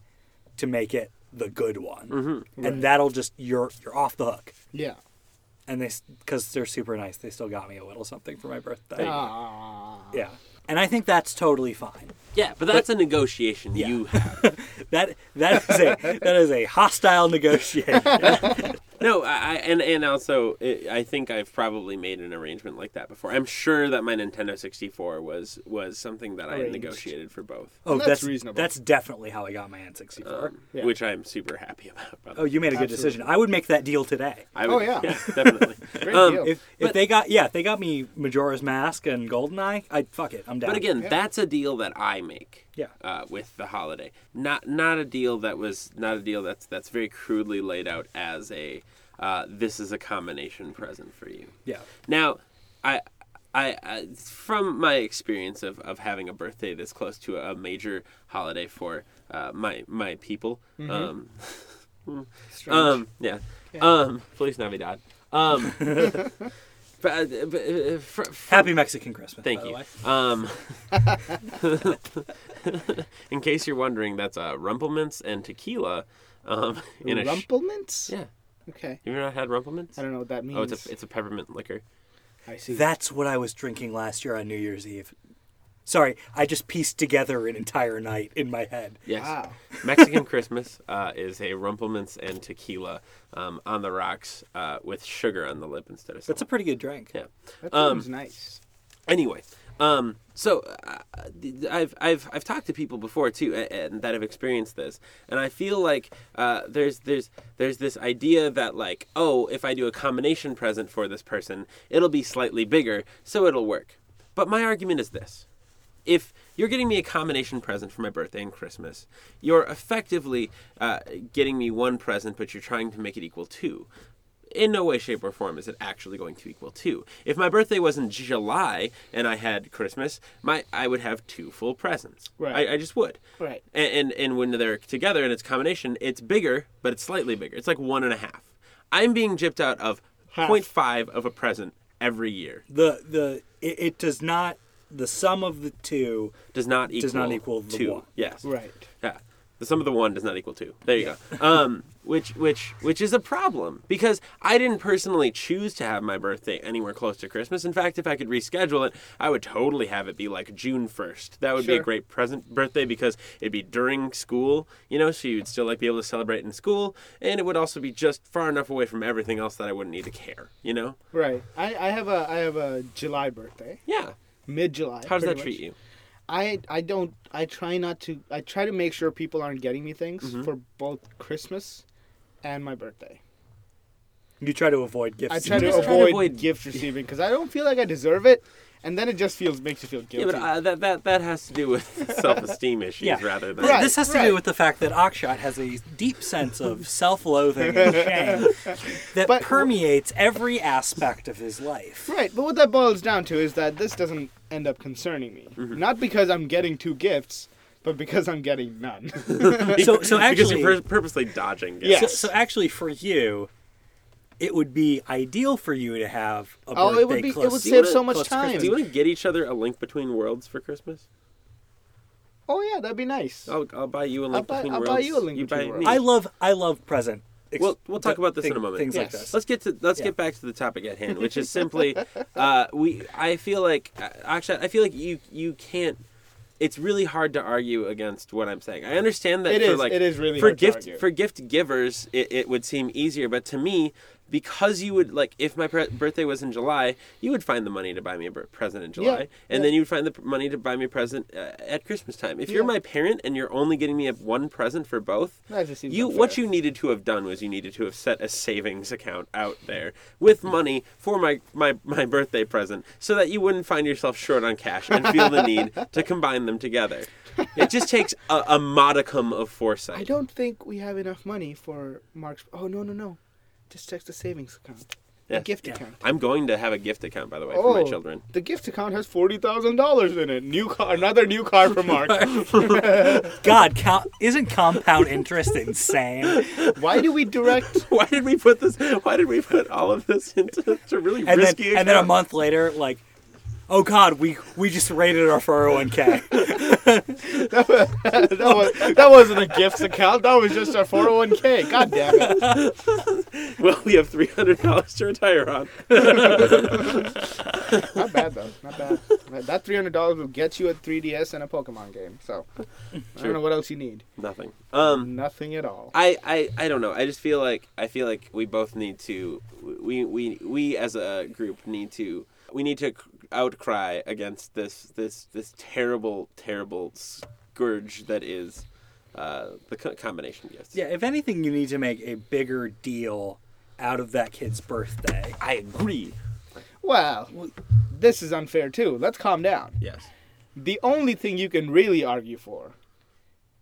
to make it the good one, Mm-hmm. and that'll just you're you're off the hook. Yeah. And they because they're super nice, they still got me a little something for my birthday. Um, Ah. Yeah, and I think that's totally fine. Yeah, but that's a negotiation you have. That that is a that is a hostile negotiation. No, I, I and and also i I think I've probably made an arrangement like that before. I'm sure that my Nintendo 64 was was something that I Arranged. negotiated for both. Oh, That's that's, reasonable. That's definitely how I got my N64. Uh, Yeah. which I'm super happy about. By the oh, way. you made a good decision. I would make that deal today. I Oh, yeah. definitely. Um, Great deal. If, if they got yeah, if they got me Majora's Mask and Goldeneye, I'd fuck it. I'm down. But again, that's a deal that I make. Yeah. Uh, with the holiday, not not a deal that was not a deal that's that's very crudely laid out as a uh, this is a combination present for you. Yeah. Now, I, I, I from my experience of, of having a birthday this close to a major holiday for uh, my my people, Mm-hmm. um, um, yeah, um, Feliz Navidad. Um, but, uh, but, uh, fr- fr- Happy Mexican Christmas. Thank by you. The way. Um, in case you're wondering, that's uh, rumplements and tequila. Um, in a sh- Rumplements? yeah, Okay. you ever not had rumplements? I don't know what that means. Oh, it's a it's a peppermint liquor. I see. That's what I was drinking last year on New Year's Eve. Sorry, I just pieced together an entire night in my head. Yes. Wow. Mexican Christmas uh, is a rumplements and tequila um, on the rocks uh, with sugar on the lip instead of That's a salt. pretty good drink. yeah. That Um, sounds nice. Anyway, um, so uh, I've, I've I've talked to people before too, a- and that have experienced this, and I feel like uh, there's there's there's this idea that like oh if I do a combination present for this person, it'll be slightly bigger, so it'll work. But my argument is this: if you're getting me a combination present for my birthday and Christmas, you're effectively uh, getting me one present, but you're trying to make it equal two. In no way, shape, or form is it actually going to equal two. If my birthday was in July and I had Christmas, my I would have two full presents. Right. I, I just would. Right. And, and and when they're together and it's combination, it's bigger, but it's slightly bigger. It's like one and a half. I'm being gypped out of Half. 0.5 of a present every year. The the it, it does not the sum of the two. Does not equal Does not equal the two. one. Yes. Right. Yeah. The sum of the one does not equal two. There you go. Um, which which which is a problem because I didn't personally choose to have my birthday anywhere close to Christmas. In fact, if I could reschedule it, I would totally have it be like June first. That would be a Sure. great present birthday because it'd be during school, you know, so you'd still like be able to celebrate in school, and it would also be just far enough away from everything else that I wouldn't need to care, you know. Right. I, I have a I have a July birthday. Yeah. Mid July. How does that treat you? I I don't I try not to I try to make sure people aren't getting me things Mm-hmm. for both Christmas and my birthday. You try to avoid gifts. I try to, just avoid try to avoid- gift receiving because I don't feel like I deserve it, and then it just feels makes you feel Yeah, guilty. but uh, that that that has to do with self-esteem issues Yeah. rather than Th- Right. this has to do with the fact that Akshat has a deep sense of self-loathing and shame that But- permeates every aspect of his life. Right, but what that boils down to is that this doesn't end up concerning me. Mm-hmm. Not because I'm getting two gifts, but because I'm getting none. So, so because actually, you're pur- purposely dodging. gifts. Yeah. so, so actually, for you, it would be ideal for you to have a Oh, birthday it would be- it close. would to- save wanna- so much close to time. Christmas. Do you want to get each other a Link Between Worlds for Christmas? oh yeah, that'd be nice. I'll, I'll buy you a Link buy- Between I'll Worlds. buy you a Link You Between buy Worlds. me. I love, I love present. ex- Well, we'll talk about this thing- in a moment. Things like Yes. this. Let's get to let's get back to the topic at hand, which is simply, uh, we. I feel like uh, actually, I feel like you you can't. It's really hard to argue against what I'm saying. I understand that It for is- like it is really for hard to gift argue. for gift givers, it, it would seem easier. But to me, because you would like, if my pre- birthday was in July, you would find the money to buy me a br- present in July, Yeah, and yeah. then you would find the p- money to buy me a present uh, at Christmas time. If you're Yeah. my parent and you're only getting me a, one present for both, That just seems you unfair. what you needed to have done was you needed to have set a savings account out there with money for my my my birthday present so that you wouldn't find yourself short on cash and feel the need to combine them together it just takes a, a modicum of foresight I don't think we have enough money for Mark's. Oh no no no, just check the savings account, Yeah. the gift Yeah. account. i'm going to have a gift account by the way Oh, for my children the gift account has forty thousand dollars in it. New car, another new car for Mark. God, co- isn't compound interest insane? Why do we direct? why did we put this why did we put all of this into to really and then risky and then a account? month later, like, oh god, we we just raided our 401k. That, was, that wasn't a gifts account. That was just our four hundred one k. God damn it! well we have $300 to retire on Not bad though. Not bad. That three hundred dollars will get you a three DS and a Pokemon game. So I don't know what else you need. nothing um Nothing at all. I, I, I don't know. I just feel like I feel like we both need to we we we as a group need to we need to outcry against this this this terrible terrible scourge that is uh, the co- combination gifts. yeah, if anything, you need to make a bigger deal out of that kid's birthday. I agree. Well, this is unfair too. Let's calm down. Yes. The only thing you can really argue for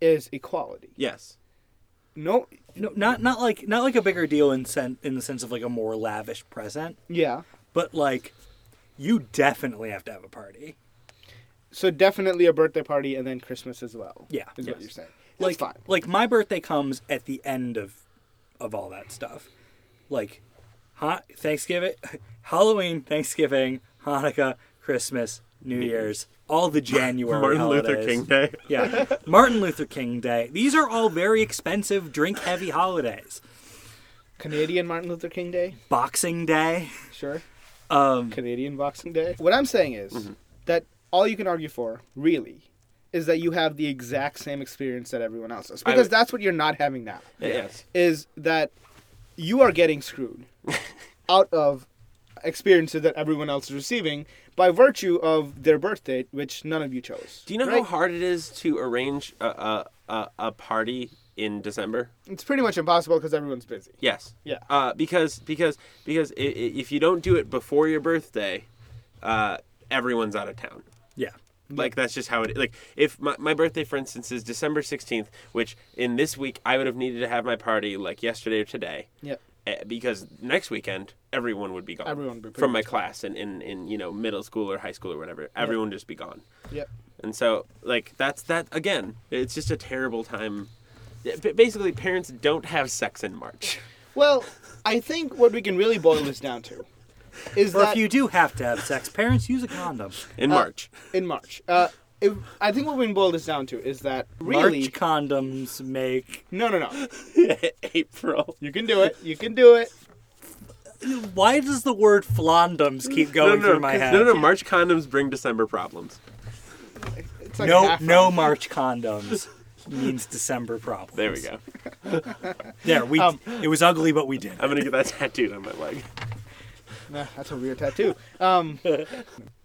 is equality. Yes. No. No, not not like not like a bigger deal in sen- in the sense of like a more lavish present, Yeah. but like you definitely have to have a party. So definitely a birthday party and then Christmas as well. Yeah. Is Yes. what you're saying. That's like fine. like my birthday comes at the end of of all that stuff like hot thanksgiving halloween thanksgiving hanukkah christmas new year's all the january Martin Luther holidays. King Day. yeah martin luther king day these are all very expensive drink heavy holidays Canadian Martin Luther King Day. boxing day Sure. um Canadian Boxing Day. What I'm saying is Mm-hmm. that all you can argue for, really, is that you have the exact same experience that everyone else does. I Because would- that's what you're not having now. Yes. Is that you are getting screwed out of experiences that everyone else is receiving by virtue of their birth date, which none of you chose. Do you know how right? hard it is to arrange a a, a, a party in December? It's pretty much impossible because everyone's busy. Yes. Yeah. Uh, because because because i- i- if you don't do it before your birthday, uh, everyone's out of town. yeah Like that's just how it like if my, my birthday for instance is December 16th, which in this week I would have needed to have my party like yesterday or today. Yep. eh, Because next weekend everyone would be gone. Everyone would be pretty from my much class and in, in, you know middle school or high school or whatever. Everyone would just be gone. Yep. And so, like, that's that again. It's just a terrible time. Yeah, ba- Basically, parents don't have sex in March. Well, I think what we can really boil this down to is or that if you do have to have sex parents use a condom In March, in March. Uh, if, I think what we can boil this down to is that really March condoms make no no no April. you can do it you can do it why does the word flondoms keep No, going no, through my head no, no. March condoms bring December problems. it's like no half no wrong. March condoms means December problems. There we go. There we Um, it was ugly but we did. it. I'm gonna get that tattooed on my leg. Nah, that's a weird tattoo um,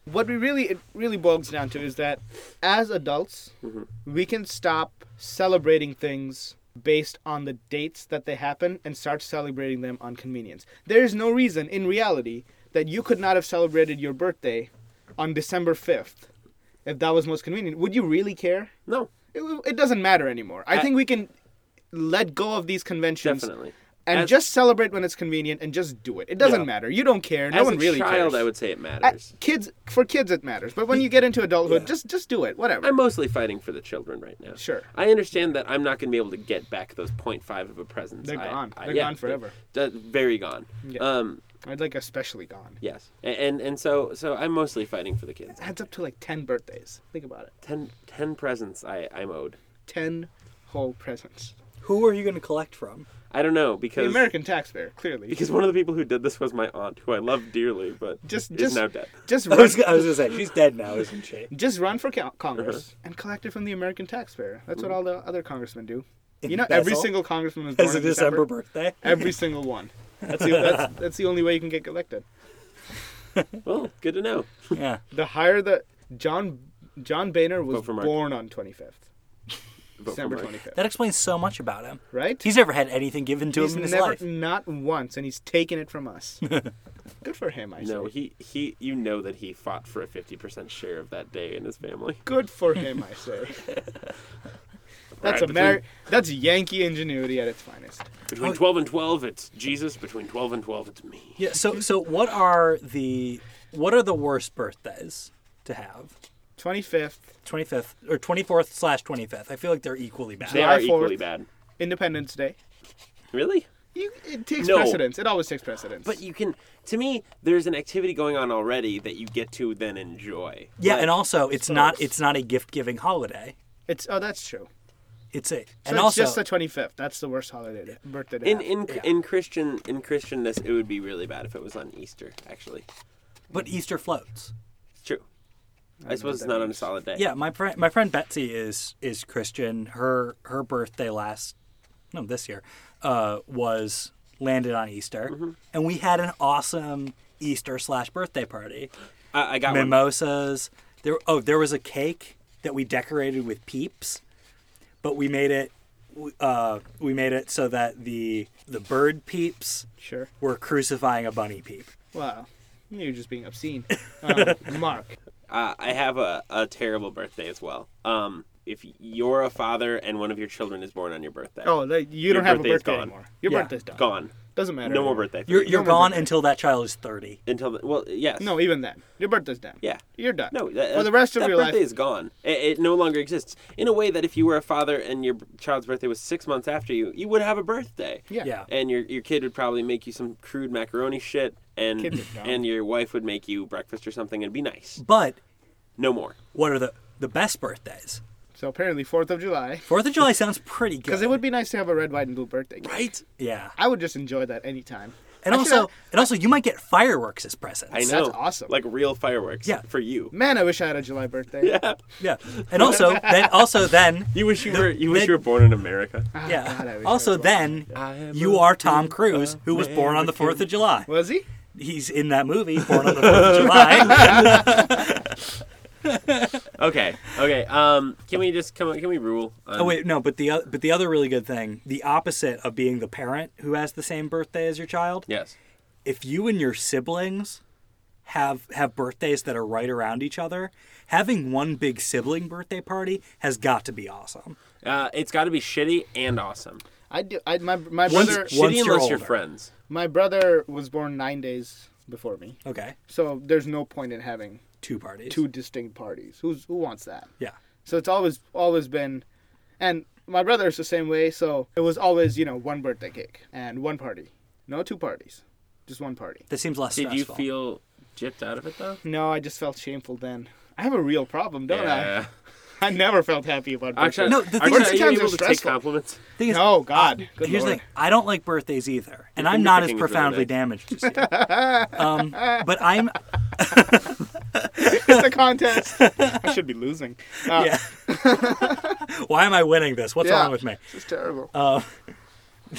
what we really it really boils down to is that as adults Mm-hmm. we can stop celebrating things based on the dates that they happen and start celebrating them on convenience there is no reason in reality that you could not have celebrated your birthday on december 5th if that was most convenient would you really care No, it, it doesn't matter anymore. I, I- think we can let go of these conventions definitely. and As- just celebrate when it's convenient and just do it. It doesn't Yeah. matter. You don't care. No As one a really child, cares. I would say it At- matters. kids for kids it matters, but when you get into adulthood, just just do it. Whatever. I'm mostly fighting for the children right now. Sure. I understand that I'm not going to be able to get back those 0.5 of a presence. They're I- gone. I- They're yeah, gone forever. they're- they're very gone. Yeah. Um, I'd like especially gone. Yes, A- and and so so I'm mostly fighting for the kids. Adds up to like ten birthdays. Think about it. Ten, ten presents I I'm owed. Ten whole presents. Who are you going to collect from? I don't know The because American taxpayer, clearly. because one of the people who did this was my aunt, who I love dearly, but Just- is just- now dead. just I run, was, I was going to say she's dead now, isn't she? just run for co- Congress Uh-huh. and collect it from the American taxpayer. That's Mm. what all the other congressmen do. You know, every Embezzle? single congressman was born As a in December birthday. Every single one. That's the, that's, that's the only way you can get elected. Well, good to know. Yeah. The higher the John John Boehner was Vote for Mark. born on 25th, Vote for December Mark. 25th, That explains so much about him. right? He's never had anything given to He's him in his never life. not once, and he's taken it from us. Good for him, I say. No, he he. You know that he fought for a fifty percent share of that day in his family. Good for him, I say. That's Right, Ameri- That's Yankee ingenuity at its finest. Between twelve and twelve, it's Jesus. Between twelve and twelve, it's me. Yeah, so so what are the what are the worst birthdays to have? 25th, 25th or 24th slash 25th. I feel like they're equally bad. They July are equally 4th. bad. Independence Day. Really? You, it takes No. precedence. It always takes precedence. But you can. To me, there's an activity going on already that you get to then enjoy. Yeah, Like- and also it's not it's not a gift-giving holiday. it's oh, that's true. It's a So and it's also just the 25th. That's the worst holiday, to, birthday. To In have. in in Christian in Christianness, it would be really bad if it was on Easter. Actually, but Easter floats. it's true. I, suppose it's that not on a solid day. Yeah, my friend, my friend Betsy is is Christian. Her her birthday last, no, this year, uh, was landed on Easter, Mm-hmm. and we had an awesome Easter slash birthday party. I, I got one. Mimosas. There, oh, there was a cake that we decorated with peeps, but we made it, uh, we made it so that the the bird peeps Sure. were crucifying a bunny peep. Wow. You're just being obscene. Um, Mark. Uh, I have a, a terrible birthday as well. Um, if you're a father and one of your children is born on your birthday. Oh, they, you Your don't have a birthday's birthday gone. anymore. Your Yeah. birthday's done. gone. Doesn't matter. No more anymore. birthday. for You're you. you're No more gone birthday. until that child is thirty. until the, well, yes. No, even then, your birthday's done. Yeah. You're done. No, that, for the rest of that your birthday life. is gone. It, it no longer exists. In a way that if you were a father and your child's birthday was six months after you, you would have a birthday. Yeah. Yeah. And your your kid would probably make you some crude macaroni shit, Kids and are dumb. and your wife would make you breakfast or something, and it'd be nice. But No more. what are the the best birthdays? So apparently, Fourth of July. Fourth of July sounds pretty good. Because it would be nice to have a red, white, and blue birthday. cake. Right. Yeah. I would just enjoy that anytime. And I should also, have- and also, you might get fireworks as presents. I know. That's awesome. Like real fireworks. Yeah. For you. man, I wish I had a July birthday. Yeah. Yeah, and also then, also then, You wish you were. You wish then- you were born in America. Ah, yeah. God, I wish I also was one. then, I am you a are Tom good Cruise, who was born on the Fourth of July. Was he? He's in that movie, Born on the Fourth of July. Okay. Okay. Um. Can we just come? Can we rule? Um, on- oh wait, no, but the oth- but the other really good thing, the opposite of being the parent who has the same birthday as your child, Yes. if you and your siblings have have birthdays that are right around each other, having one big sibling birthday party has got to be awesome. Uh, it's got to be shitty and awesome. I do. I, my my Once- brother. once shitty you're unless you're older. friends. My brother was born nine days before me, Okay, so there's no point in having two parties. two distinct parties. Who's who wants that? Yeah. So it's always always been, and my brother's the same way. So it was always you know one birthday cake and one party, no two parties, just one party. That seems less Did you stressful. feel gypped out of it though? No, I just felt shameful then. I have a real problem, don't I? I never felt happy about birthdays. Actually, No, the thing actually, is- are you Sometimes able they're to take stressful. compliments? Thing is, No, God. Good Here's Lord. the thing: I don't like birthdays either, and I'm finger not as picking eh? is really profoundly nice. damaged as you. Um, but I'm It's a contest. I should be losing. Uh, yeah. Why am I winning this? What's Yeah. wrong with me? This is terrible.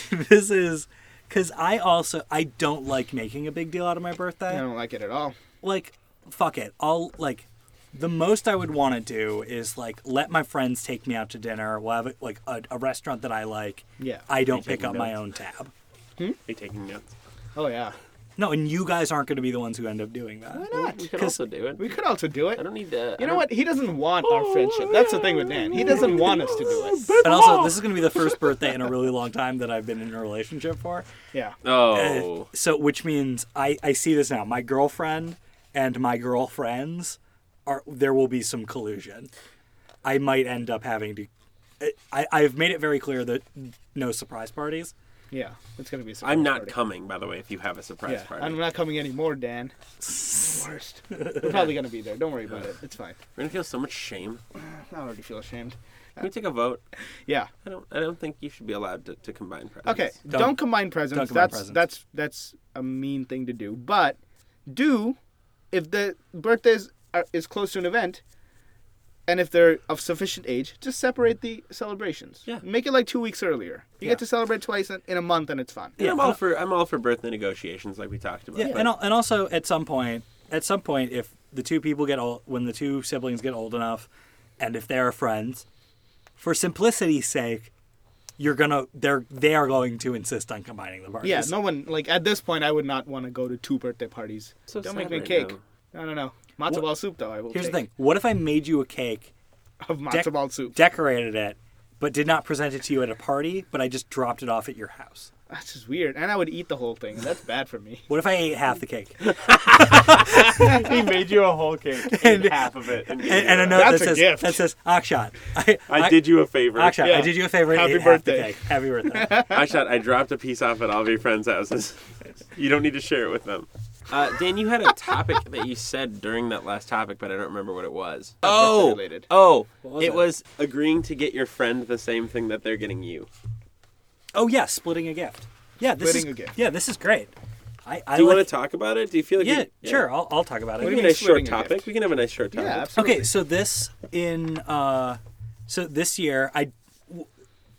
This is because I also I don't like making a big deal out of my I birthday. don't like it at all. Like, fuck it. I'll like. The most I would want to do is like let my friends take me out to dinner. We'll have like a, a restaurant that I like. Yeah. I don't pick taking up my notes? own tab. Are you taking notes? Oh yeah. No, and you guys aren't going to be the ones who end up doing that. Why not? We could also do it. We could also do it. I don't need to. You know what? He doesn't want our friendship. That's the thing with Dan. He doesn't want us to do it. And also, this is going to be the first birthday in a really long time that I've been in a relationship for. Yeah. Uh, Oh. So, which means I, I see this now. My girlfriend and my girlfriends are there will be some collusion. I might end up having to. I, I've made it very clear that no surprise parties. Yeah. It's gonna be. A surprise I'm not party. coming, by the way. If you have a surprise Yeah. party, I'm not coming anymore, Dan. Worst. We're probably gonna be there. Don't worry about it. It's fine. we're gonna feel so much shame. I already feel ashamed. Can we take a vote? Yeah. I don't. I don't think you should be allowed to, to combine presents. Okay. Don't, combine presents. combine that's presents. that's that's a mean thing to do. But do if the birthdays are, is close to an event, and if they're of sufficient age, just separate the celebrations. Yeah. Make it like two weeks earlier. You Yeah. get to celebrate twice in, in a month, and it's fun. Yeah, I'm all for I'm all for birthday negotiations, like we talked about. Yeah, but and al- and also at some point, at some point, if the two people get old, when the two siblings get old enough, and if they are friends, for simplicity's sake, you're gonna they're they are going to insist on combining the parties. Yeah. No one like at this point. I would not want to go to two birthday parties. So don't sad make me right cake. now. No, no, no. Matzo What- ball soup though. I will. Here's the take. thing: what if I made you a cake, Of matzo dec- ball soup. decorated it, but did not present it to you at a party, but I just dropped it off at your house? That's just weird. And I would eat the whole thing. That's bad for me. What if I ate half the cake he made you a whole cake and half of it. And, and, and a note That's that a says gift. that says Akshat, I, I did you a favor. Akshat, Yeah. I did you a favor. and Happy ate half the birthday. cake. Happy birthday. Akshat, I dropped a piece off at all of your friends' houses. You don't need to share it with them. Uh, Dan, you had a topic that you said during that last topic, but I don't remember what it was. Oh, birthday-related. oh, was it, it? was agreeing to get your friend the same thing that they're getting you. Oh yeah, splitting a gift. Yeah, this Splitting is a gift. yeah, this is great. I, I Do you like, want to talk about it? Do you feel like Yeah, you- sure. I'll, I'll talk about We it. can do you have a mean short splitting a gift? topic. We can have a nice short topic. Yeah. Absolutely. Okay, so this in uh, so this year I, w-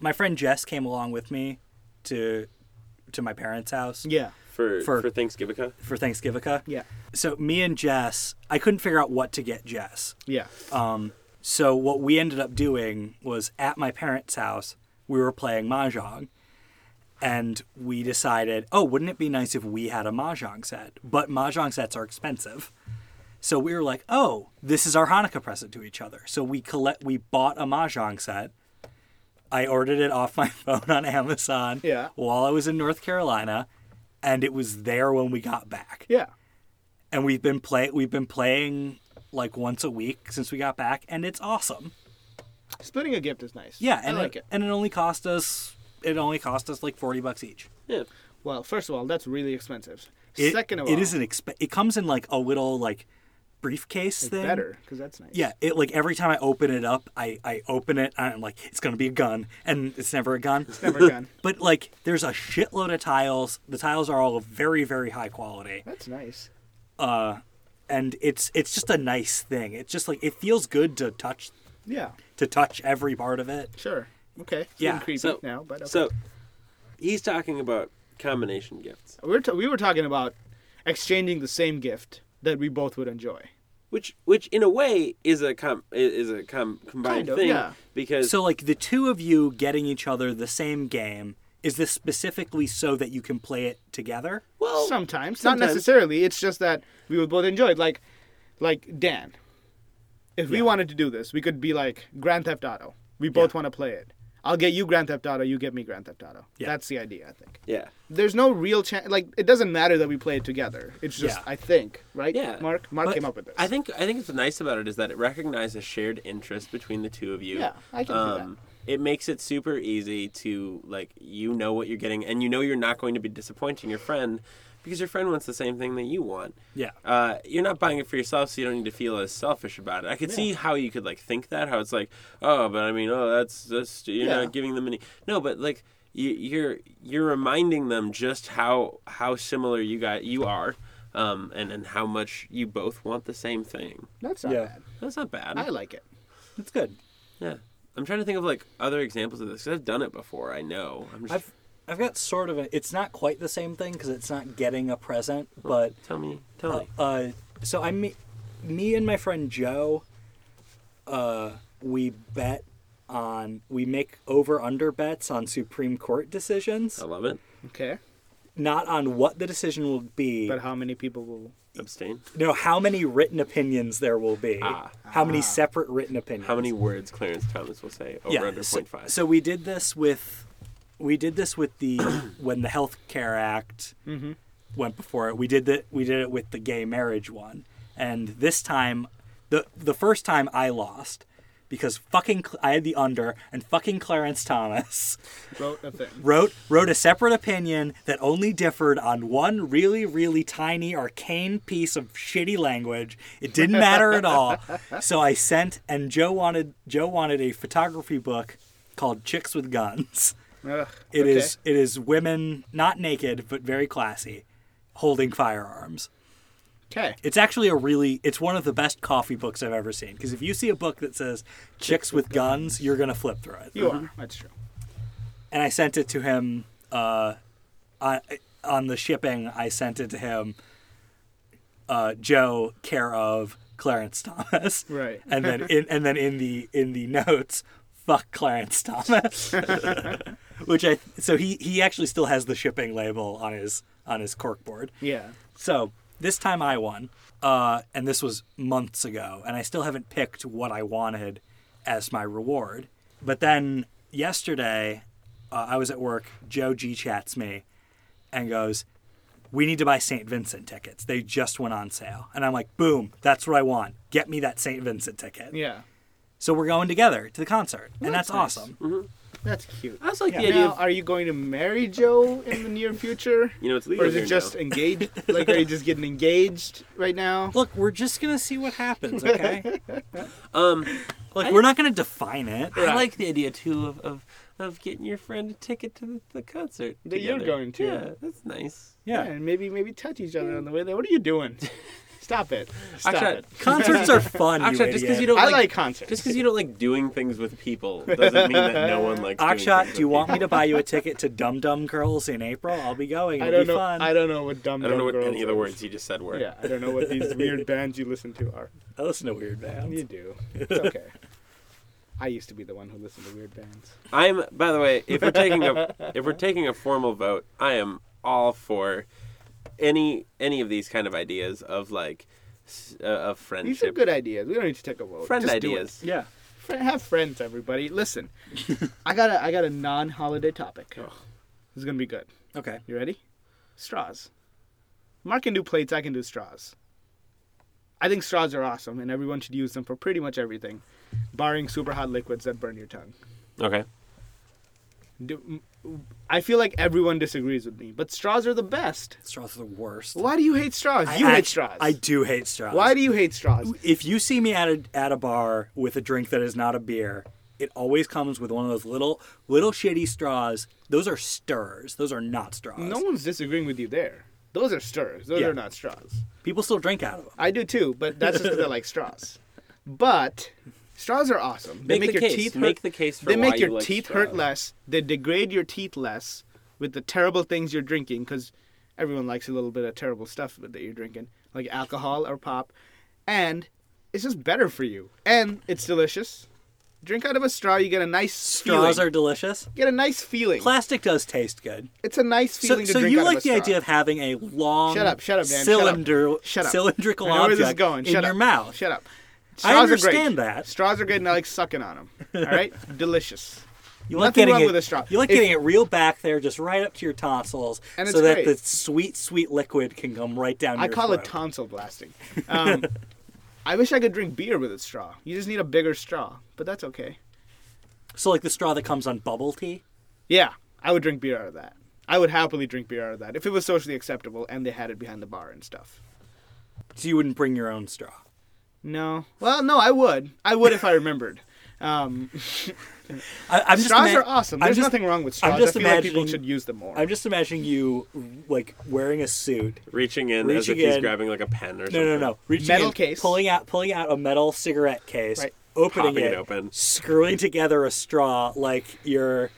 my friend Jess came along with me, to, to my parents' house Yeah. For for, For- Thanksgiving. for Thanksgiving. Yeah. So me and Jess, I couldn't figure out what to get Jess. Yeah. Uh, So what we ended up doing was at my parents' house, we were playing mahjong, and we decided, oh, wouldn't it be nice if we had a mahjong set? But mahjong sets are expensive, So we were like, oh, this is our Hanukkah present to each other. So we collect, we bought a mahjong set. I ordered it off my phone on Amazon Yeah. while I was in North Carolina, and it was there when we got back. Yeah. And we've been play, we've been playing like once a week since we got back, and it's awesome. Splitting a gift is nice. Yeah, I and like it. and it only cost us it only cost us like forty bucks each. Yeah. Well, first of all, that's really expensive. It, Second of all, it is an exp- it comes in like a little like briefcase thing. better because that's nice. Yeah, it like every time I open it up, I I open it and I'm like it's gonna be a gun, and it's never a gun. Never done. But like, there's a shitload of tiles. The tiles are all very very high quality, That's nice. and it's it's just a nice thing. It's just like it feels good to touch Yeah. to touch every part of it. Sure. Okay. It's Yeah, getting creepy So now, but okay. so he's talking about combination gifts, we were ta- we were talking about exchanging the same gift that we both would enjoy. which which in a way is a com is a com combined Kind of, thing yeah. because So like the two of you getting each other the same game is this specifically so that you can play it together? well sometimes, Oh, not sometimes. necessarily. It's just that we would both enjoy it. Like, like Dan. If we wanted to do this, we could be like Grand Theft Auto. We both want to play it. I'll get you Grand Theft Auto. You get me Grand Theft Auto. Yeah. That's the idea, I think. yeah There's no real chance. Like, it doesn't matter that we play it together. It's just, Yeah. I think, right? Yeah. Mark. Mark But came up with this. I think I think what's nice about it is that it recognizes a shared interest between the two of you. Um, Yeah, I can see It makes it super easy to like you know what you're getting, and you know you're not going to be disappointing your friend because your friend wants the same thing that you want. Yeah. Uh, you're not buying it for yourself, so you don't need to feel as selfish about it. I could see how you could like think that, how it's like, oh, but I mean, oh, that's that's you're Yeah. not giving them any. No, but like you, you're you're reminding them just how how similar you got you are, um, and and how much you both want the same thing. That's not Yeah. bad. That's not bad. I like it. That's good. yeah. I'm trying to think of like other examples of this 'cause I've done it before. I know. I'm just I've I've got sort of a it's not quite the same thing because it's not getting a present, but tell me, tell me. uh, so I me, me and my friend Joe, uh, we bet on we make over under bets on Supreme Court decisions, I love it. Okay. not on what the decision will be, But how many people will? Abstain. no how many written opinions there will be, Ah. how many separate written opinions, How many words Clarence Thomas will say over under so, point five? so we did this with we did this with the when the health care act Mm-hmm. went before it we did that we did it with the gay marriage one and this time the the first time i lost because fucking Cl- i had the under and fucking clarence thomas Wrote a thing. wrote wrote a separate opinion that only differed on one really really tiny arcane piece of shitty language it didn't matter at all so i sent and joe wanted joe wanted a photography book called chicks with guns Ugh, It okay. is it is women not naked but very classy holding firearms Okay. it's actually a really it's one of the best coffee books i've ever seen because if you see a book that says chicks, with guns, you're gonna flip through it You are. That's true. and I sent it to him uh, on, on the shipping. I sent it to him, uh, Joe, care of Clarence Thomas. Right. And then in and then in the in the notes, fuck Clarence Thomas. Which I so he he actually still has the shipping label on his on his corkboard. Yeah. So this time I won, uh, and this was months ago, and I still haven't picked what I wanted as my reward. But then yesterday, uh, I was at work. Joe G chats me and goes, "We need to buy St. Vincent tickets. They just went on sale." And I'm like, "Boom! That's what I want. Get me that St. Vincent ticket." Yeah. So we're going together to the concert, and that's, that's nice. awesome. That's cute. I also like the idea Now, of are you going to marry Joe in the near future? You know, it's Or legal is it here just now. engaged? Like, are you just getting engaged right now? Look, we're just gonna see what happens, okay? um. like we're not gonna define it. I like the idea too of, of, of getting your friend a ticket to the, the concert. That you're together. going to. Yeah, that's nice. Yeah. and maybe maybe touch each other on the way there. What are you doing? Stop it. Stop Actually, it. Concerts are fun. you Akshat, just because idiot. you don't I like, like concerts. just because you don't like doing things with people doesn't mean that no one likes. doing things Akshat, with do you want me to people. buy you a ticket to Dum Dum Girls in April? I'll be going. It'll I don't be know. fun. I don't know what dumb. I don't know dumb what girls any of the are. words you just said were. Yeah, I don't know what these weird bands you listen to are. I Oh, listen to weird bands. You do. It's okay. I used to be the one who listened to weird bands. I'm. By the way, if we're taking a if we're taking a formal vote, I am all for any any of these kind of ideas of like s- uh, of These are friendship. good ideas. We don't need to take a vote. Friend Just do it. ideas. Yeah. Fr- Have friends, everybody. Listen, I got a I got a non-holiday topic. This is gonna be good. Okay. You ready? Straws. Mark can do plates. I can do straws. I think straws are awesome, and everyone should use them for pretty much everything, barring super hot liquids that burn your tongue. Okay. Do, m- I feel like everyone disagrees with me, but straws are the best. Straws are the worst. Why do you hate straws? I you hate act- straws. I do hate straws. Why do you hate straws? if you see me at a, at a bar with a drink that is not a beer, it always comes with one of those little little shitty straws. Those are stirs. Those are not straws. No one's disagreeing with you there. Those are stirs. Those Yeah. are not straws. People still drink out of them. I do too, but that's just because I like straws. But straws are awesome. They Make make, the your case. teeth Make hurt. the case for they make why your you like teeth hurt straws. less. They degrade your teeth less with the terrible things you're drinking because everyone likes a little bit of terrible stuff that you're drinking, like alcohol or pop. And it's just better for you. And it's delicious. Drink out of a straw, you get a nice Straws feeling. are delicious. get a nice feeling. Plastic does taste good. it's a nice So, feeling to so drink you out like of a the straw. idea of having a long Shut up, shut up, Dan, shut up. cylinder Shut up. cylindrical I know where object this is going. in Shut your up. mouth. Shut up. I Straws are great. understand that. Straws are good, and I like sucking on them. All right, delicious. You like Nothing getting wrong it, with a straw. You like If- getting it real back there, just right up to your tonsils, And so it's that great. the sweet, sweet liquid can come right down. I your call it throat. tonsil blasting. Um, I wish I could drink beer with a straw. You just need a bigger straw, but that's okay. So like the straw that comes on bubble tea. Yeah, I would drink beer out of that. I would happily drink beer out of that if it was socially acceptable and they had it behind the bar and stuff. So you wouldn't bring your own straw. No, well, no, I would. I would if I remembered. Um, I, I'm just straws ima- are awesome. I'm There's just- nothing wrong with straws. just I feel like people imagining- should use them more. I'm just imagining you like wearing a suit. Reaching in as if Reaching he's in. grabbing like a pen or something. No, no, no. Reaching Metal in, case. Pulling out, pulling out a metal cigarette case. Right. Opening Popping it, it open. Screwing together a straw like you're,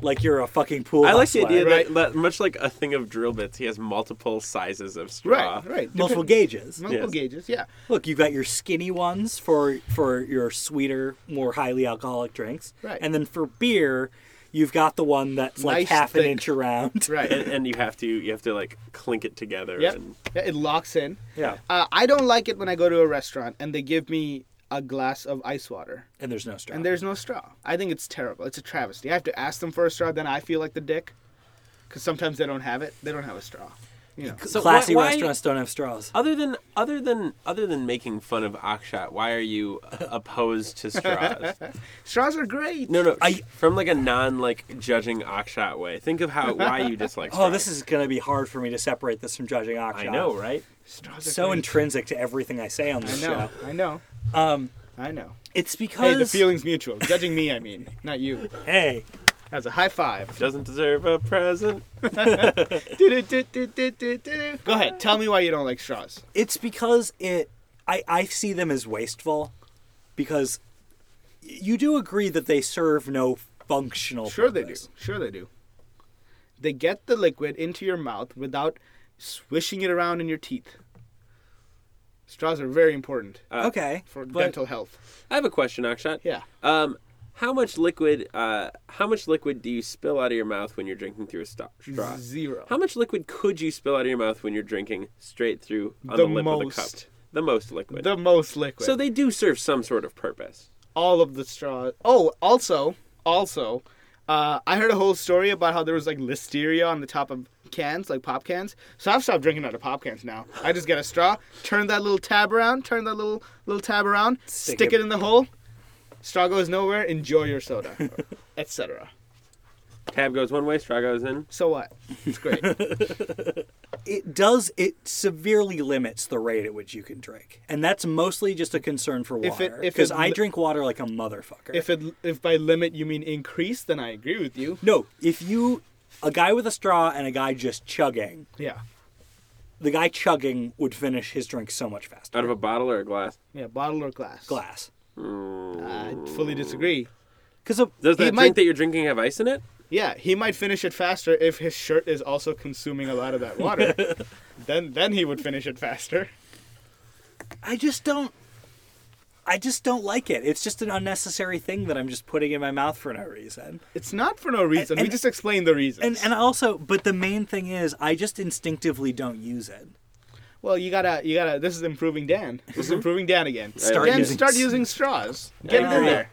like you're a fucking pool. I like the hustler. idea Right. that, that much like a thing of drill bits, he has multiple sizes of straw. right, right. Multiple Depend- gauges. multiple Yes. gauges. Yeah. Look, you've got your skinny ones for for your sweeter, more highly alcoholic drinks, Right. And then for beer, you've got the one that's like Nice, half an thick. inch around. Right. And, and you have to you have to like clink it together. Yep. And Yeah, it locks in. Yeah. Uh, I don't like it when I go to a restaurant and they give me a glass of ice water And there's no straw. and there's no straw. I think it's terrible. It's a travesty. I have to ask them for a straw, then I feel like the dick because sometimes they don't have it. They don't have a straw. You know. So classy why- why- restaurants don't have straws. Oh, other than other than other than making fun of Akshat, why are you opposed to straws? Straws are great. No, no. I- from like a non like judging Akshat way. Think of how why you dislike. Oh, this is going to be hard for me to separate this from judging Akshat. I know, right? Straws are So great. intrinsic to everything I say on I this know. show. I know. Um, I know. it's Hey, because the feeling's mutual. Judging me, I mean, not you. Hey, That's a high five. Doesn't deserve a present. Do-do-do-do-do-do-do. Go ahead. Tell me why you don't like straws. it's because it. I I see them as wasteful, because you do agree that they serve no functional. Sure they do. purpose. Sure they do. They get the liquid into your mouth without swishing it around in your teeth. Straws are very important Uh, okay. for but- dental health. I have a question, Akshat. Yeah. Um, how much liquid? Uh, how much liquid do you spill out of your mouth when you're drinking through a sto- straw? Zero. How much liquid could you spill out of your mouth when you're drinking straight through on the, The lip of the cup? most. The most liquid. The most liquid. so they do serve some sort of purpose. all of the straws. Oh, also, also, uh, I heard a whole story about how there was like listeria on the top of cans, like pop cans. So I've stopped drinking out of pop cans now. I just get a straw, turn that little tab around, turn that little little tab around, Stick stick, it- it. in the hole. Straw goes nowhere. Enjoy your soda, etc. Tab goes one way, straw goes in. So what? It's great. it does it severely limits the rate at which you can drink and that's mostly just a concern for If it- water if because it i li- drink water like a motherfucker if it if by limit you mean increase, then I agree with you. no if you a guy with a straw and a guy just chugging Yeah, the guy chugging would finish his drink so much faster Out of a bottle or a glass. yeah. Bottle or glass? glass I fully disagree. because of Does He that drink might- that you're drinking have ice in it? Yeah, he might finish it faster if his shirt is also consuming a lot of that water. then then he would finish it faster. i just don't i just don't like it it's just an unnecessary thing that i'm just putting in my mouth for no reason It's not for no reason. And- we just explained the reasons. and and also but the main thing is i just instinctively don't use it Well, you gotta, you gotta. This is improving Dan. This is improving Dan again. Start Dan, Mm-hmm. using- start using straws. Get it in agree. there.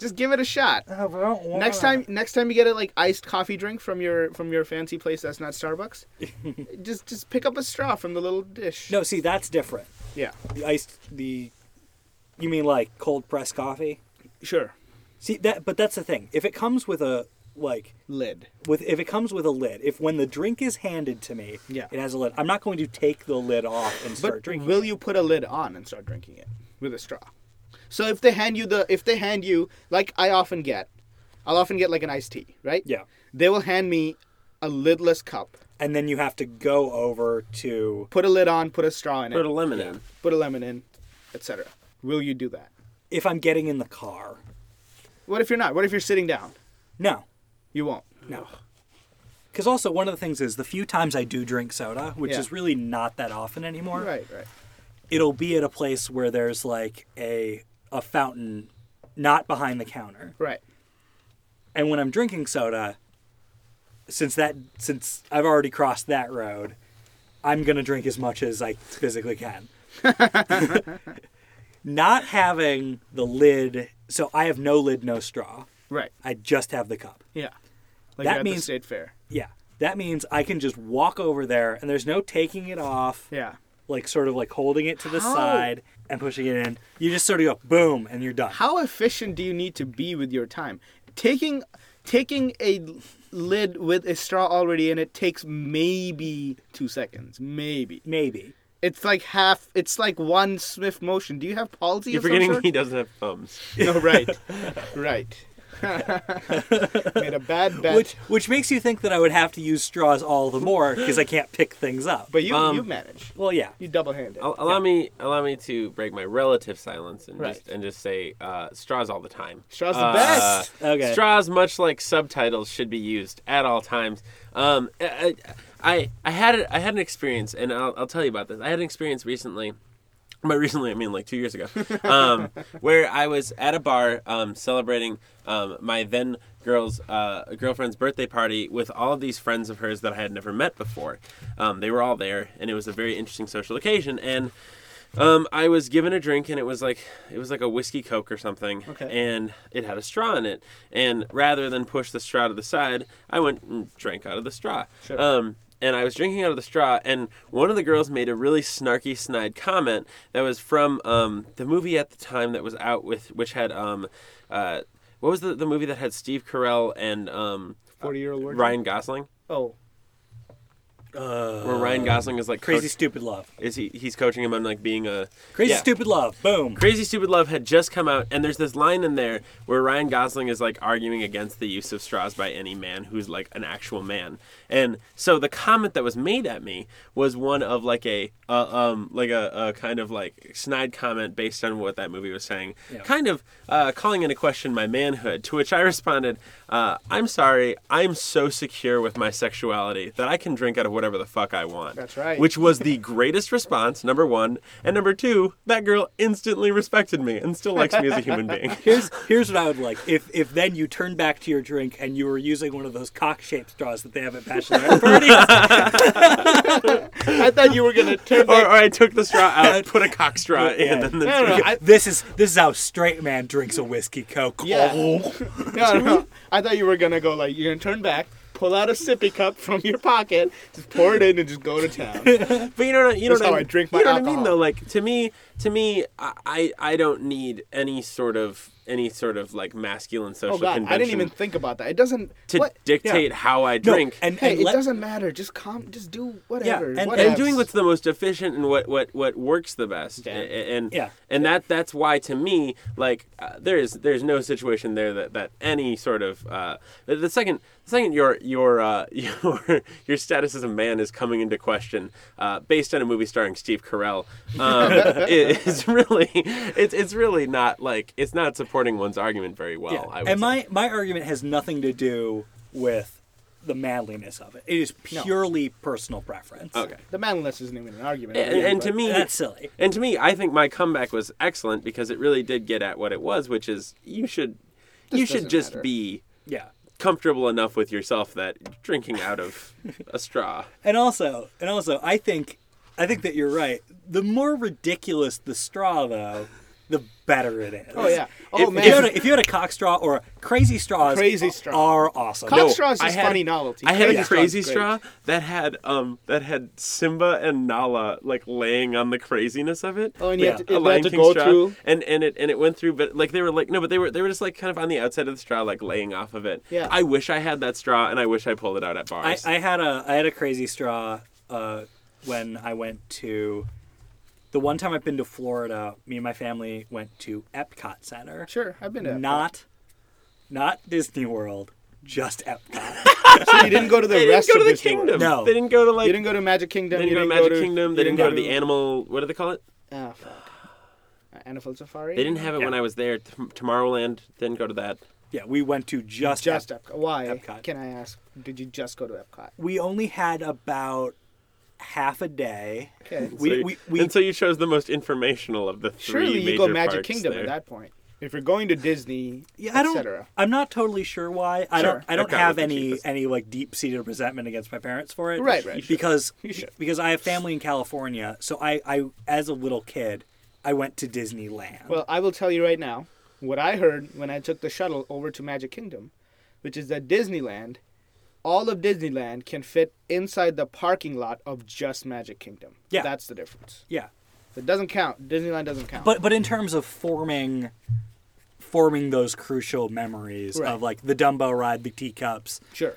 Just give it a shot. Uh, Next time, next time you get a like iced coffee drink from your from your fancy place that's not Starbucks, just just pick up a straw from the little dish. No, see, that's different. Yeah. The iced, the. You mean like cold pressed coffee? Sure. See that, but that's the thing. If it comes with a like Lid. with if it comes with a lid, if when the drink is handed to me, Yeah. it has a lid. I'm not going to take the lid off and start But drinking. will you put a lid on and start drinking it with a straw? So if they hand you the if they hand you like I often get, I'll often get like an iced tea, right? Yeah. They will hand me a lidless cup. and then you have to go over to Put a lid on, put a straw in Put a it, lemon in. put a lemon in, etc. Will you do that? if I'm getting in the car. What if you're not? What if you're sitting down? No, You won't. no. Because also one of the things is the few times I do drink soda, which Yeah. is really not that often anymore. Right, right. it'll be at a place where there's like a a fountain not behind the counter. Right. And when I'm drinking soda, since that since I've already crossed that road, I'm going to drink as much as I physically can. not having the lid, so I have no lid, no straw. Right. I just have the cup. Yeah. That Like you're at the means- state fair. Yeah. That means I can just walk over there and there's no taking it off. Yeah. like sort of like holding it to the How? side and pushing it in. You just sort of go boom and you're done. How efficient do you need to be with your time? Taking taking a l- lid with a straw already in it takes maybe 2 seconds, maybe. Maybe. It's like half it's like one Smith motion. Do you have palsy You're of some forgetting sort? he doesn't have thumbs. No, right. right. Made a bad bet. Which which makes you think that I would have to use straws all the more because I can't pick things up. but you Um, oh, uh, you manage. well, yeah. You double handed. Al- Allow me, allow me to break my relative silence and Right. just and just say uh, straws all the time. Straw's the Uh, best. Okay. Straws, much like subtitles, should be used at all times. Um, I, I, I had a, I had an experience, and I'll, I'll tell you about this. I had an experience recently. By recently, I mean like two years ago, um, where I was at a bar um, celebrating um, my then girl's uh, girlfriend's birthday party with all of these friends of hers that I had never met before. Um, they were all there, and it was a very interesting social occasion. And um, I was given a drink, and it was like it was like a whiskey coke or something, Okay. and it had a straw in it. And rather than push the straw to the side, I went and drank out of the straw. Sure. Um, and I was drinking out of the straw, and one of the girls made a really snarky, snide comment that was from um, the movie at the time that was out with, which had um, uh, what was the, the movie that had Steve Carell and um, 40-year-old virgin. Ryan Gosling, Oh, where Ryan Gosling is like Uh, Crazy coach- stupid love. is he he's coaching him on like being a Crazy Yeah. stupid love. Boom. Crazy Stupid Love had just come out, and there's this line in there where Ryan Gosling is like arguing against the use of straws by any man who's like an actual man. And so the comment that was made at me was one of like a uh, um like a, a kind of like snide comment based on what that movie was saying, Yeah. kind of uh, calling into question my manhood. To which I responded, uh, "I'm sorry, I'm so secure with my sexuality that I can drink out of whatever the fuck I want." That's right. Which was the greatest response, number one. And number two, that girl instantly respected me and still likes me as a human being. Here's here's what I would like. If if then you turn back to your drink and you were using one of those cock shaped straws that they have at bachelorette parties, I thought you were gonna turn Or, back. or I took the straw out, put a cock straw in, Yeah. and then No, no, no, I- this is this is how straight man drinks a whiskey coke. Yeah. Oh. No, no, no. I thought you were gonna go like you're gonna turn back, pull out a sippy cup from your pocket, just pour it in, and just go to town. But you know what I- you know That's what how I, I drink you my know what I mean alcohol. though. Like to me, to me, I, I I don't need any sort of any sort of like masculine social Oh God, convention I didn't even think about that. It doesn't to what? dictate how I No, drink. and, Hey, and it let- doesn't matter. Just calm. Just do whatever. and- what and Yes. doing what's the most efficient and what what what works the best A- a- and Yeah. and that that's why to me like uh, there is there's no situation there that that any sort of uh the, the second the second your your uh your your status as a man is coming into question uh based on a movie starring steve carell um it, it's really it's it's really not like it's not supporting one's argument very well Yeah. Oh, i would and say. my my argument has nothing to do with the manliness of it. It is purely personal preference. okay the manliness isn't even an argument. and, and to me That's silly. And to me, I think my comeback was excellent because it really did get at what it was, which is you should you should doesn't just matter. be Yeah. comfortable enough with yourself that drinking out of a straw. And also, and also, I think I think that you're right. The more ridiculous the straw, though, the better it is. Oh yeah. Oh If- If you, had man. a, if you had a cock straw or a crazy straws, Crazy straw. are awesome. Cock straw is I just had- funny novelty. I had a straw's crazy great. straw that had um that had Simba and Nala like laying on the craziness of it. Oh, and you Like, had to- a it had Lion to King go straw. through. and and it and it went through, but like they were like no, but they were they were just like kind of on the outside of the straw, like laying off of it. Yeah. I wish I had that straw, and I wish I pulled it out at I, bars. I had a I had a crazy straw uh, when I went to the one time I've been to Florida. Me and my family went to Epcot Center, Sure, I've been to. not not Disney World, just Epcot. So you didn't go to the they didn't rest go to of the Disney World. kingdom. No. they didn't go to like. You didn't go to Magic Kingdom. they didn't go you to didn't Magic go to, Kingdom. They you didn't go to the animal. What do they call it? Ah, fuck. Uh, Animal Safari. They didn't have it when I was there. T- Tomorrowland didn't go to that. yeah, we went to just, just Ep- Epcot. Why? Epcot. Can I ask? Did you just go to Epcot? We only had about half a day. Okay. We- So you- we- we- and so you chose the most informational of the three Surely you major go Magic parks Kingdom there. at that point. If you're going to Disney, Yeah, I don't. etc. I'm not totally sure why. I Sure. don't. I don't Epcot was have the any cheapest. any like deep seated resentment against my parents for it. Right, right. You should. Because You should. because I have family in California, so I I as a little kid, I went to Disneyland. Well, I will tell you right now what I heard when I took the shuttle over to Magic Kingdom, which is that Disneyland, all of Disneyland can fit inside the parking lot of just Magic Kingdom. Yeah. That's the difference. yeah, It doesn't count. Disneyland doesn't count. but but in terms of forming forming those crucial memories Right. of like the Dumbo ride, the teacups, sure.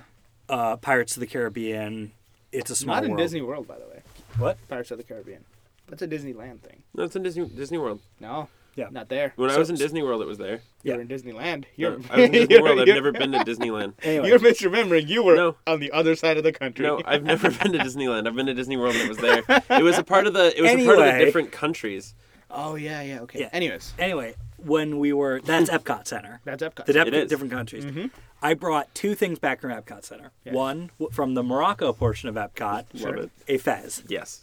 uh, Pirates of the Caribbean, It's a Small Not in World. Disney World, by the way. What? Pirates of the Caribbean. That's a Disneyland thing. No, it's in Disney Disney World. No. Yeah. Not there. When I So- was in Disney World, it was there. You're Yeah. in Disneyland. No, You're, I was in Disney you're- World. I've you're- never been to Disneyland. Anyway, You're misremembering. You were No. on the other side of the country. No, I've never been to Disneyland. I've been to Disney World. and It was there. It was a part of the. It was a part of Anyway. the different countries. Oh yeah, yeah. Okay. Yeah. Anyways, anyway, when we were that's Epcot Center. that's Epcot. the It is. different countries. I brought two things back from Epcot Center. One w- from the Morocco portion of Epcot, Sure. it. a fez. Yes.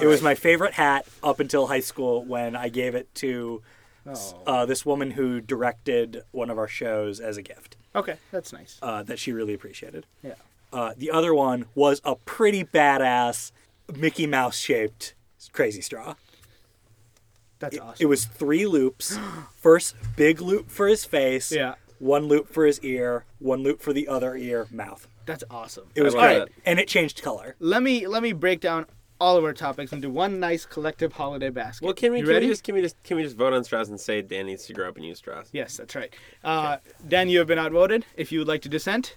it was my favorite hat up until high school when I gave it to s- Oh. uh, this woman who directed one of our shows as a gift Okay, that's nice. uh, that she really appreciated. yeah. Uh, the other one was a pretty badass Mickey Mouse shaped crazy straw. That's It- awesome. It was three loops. First, big loop for his face. Yeah. One loop for his ear. One loop for the other ear. Mouth. That's awesome. It was love great, that. and it changed color. Let me let me break down all of our topics into one nice collective holiday basket. Well, can we? You Can we ready? just? Can we just? Can we just vote on straws and say Dan needs to grow up and use straws? Yes, that's right. Uh, Dan, you have been outvoted. If you would like to dissent,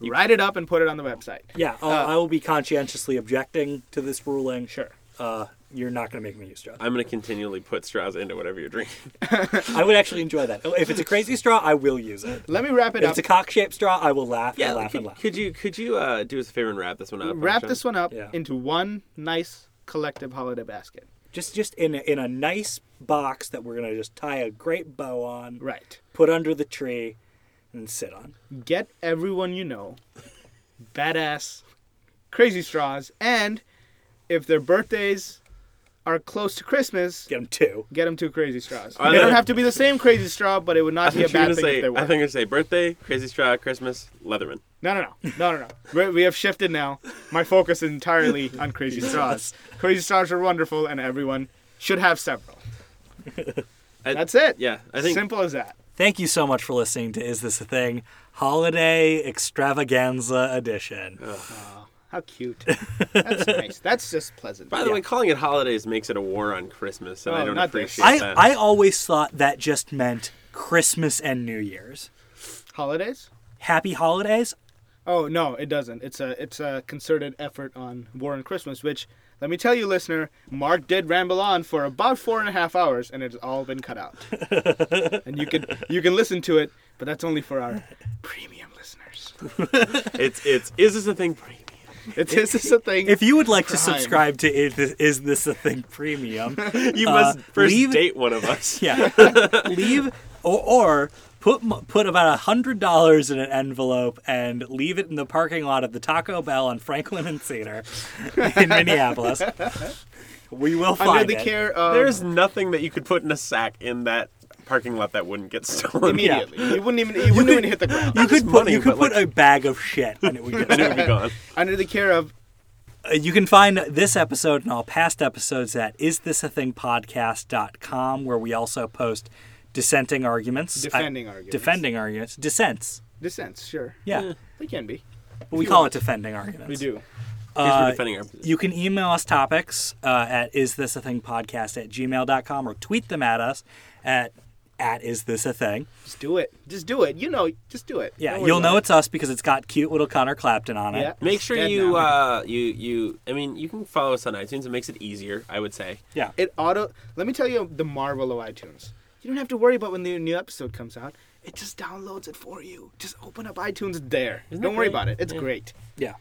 write it up and put it on the website. Yeah, I'll, Uh, I will be conscientiously objecting to this ruling. Sure. Uh, you're not going to make me use straw. I'm gonna continually put straws into whatever you're drinking. I would actually enjoy that. If it's a crazy straw, I will use it. Let me wrap it If it's up. a cock-shaped straw, I will laugh and laugh could, and laugh. could you? Could you uh, do us a favor and wrap this one up? wrap Sean? this one up Yeah. into one nice collective holiday basket. Just, just in a, in a nice box that we're going to just tie a great bow on, Right. put under the tree, and sit on. Get everyone you know, badass, crazy straws, and if their birthdays are close to Christmas, Get them two. Get them two crazy straws. I they don't think- have to be the same crazy straw, but it would I not be a think you're bad gonna thing say. if they I were. think you're gonna say birthday, crazy straw, Christmas, Leatherman. No, no, no, no, no, no. We're, we have shifted now. My focus is entirely on crazy straws. Crazy straws are wonderful, and everyone should have several. I- That's it. Yeah, I think simple as that. Thank you so much for listening to Is This a Thing? Holiday Extravaganza Edition. Oh, How cute. That's nice. That's just pleasant. By the way, calling it holidays makes it a war on Christmas, and I Oh, don't not this. appreciate I, that. I always thought that just meant Christmas and New Year's. holidays. Happy holidays? Oh no, it doesn't. It's a it's a concerted effort on War on Christmas, which let me tell you, listener, Mark did ramble on for about four and a half hours, and it's all been cut out. and you can you can listen to it, but that's only for our premium listeners. it's it's is this a thing premium? It's this is a thing. If you would like to Prime. subscribe to Is This, Is this a Thing Premium, You Uh, must first leave- date one of us. yeah, leave or, or put mo- put about a hundred dollars in an envelope and leave it in the parking lot of the Taco Bell on Franklin and Cedar in Minneapolis. We will find under the it. care of There's nothing that you could put in a sack in that parking lot that wouldn't get stolen. immediately, you wouldn't even you wouldn't could- even hit the ground. You could put, money, you could but, put a bag of shit and it would get And it would be gone. Under the care of Uh, You can find this episode and all past episodes at isthisathingpodcast.com, where we also post dissenting arguments. Defending I- arguments. Defending arguments. Dissents. Dissents, sure. Yeah. They can be. But we call it defending arguments. We do. Because Uh, we're defending our position. You can email us topics uh, at isthisathingpodcast at gmail.com or tweet them at us at at is this a thing Just do it. Just do it. You know, just do it. yeah Don't worry you'll about know it's us because it's got cute little connor clapton on it Yeah. Make sure Dead you, now. uh, you, you. I mean, you can follow us on iTunes. It makes it easier, I would say. yeah it auto let me tell you the marvel of itunes you don't have to worry about when the new episode comes out it just downloads it for you just open up itunes there Isn't don't that great? worry about it it's Yeah. great yeah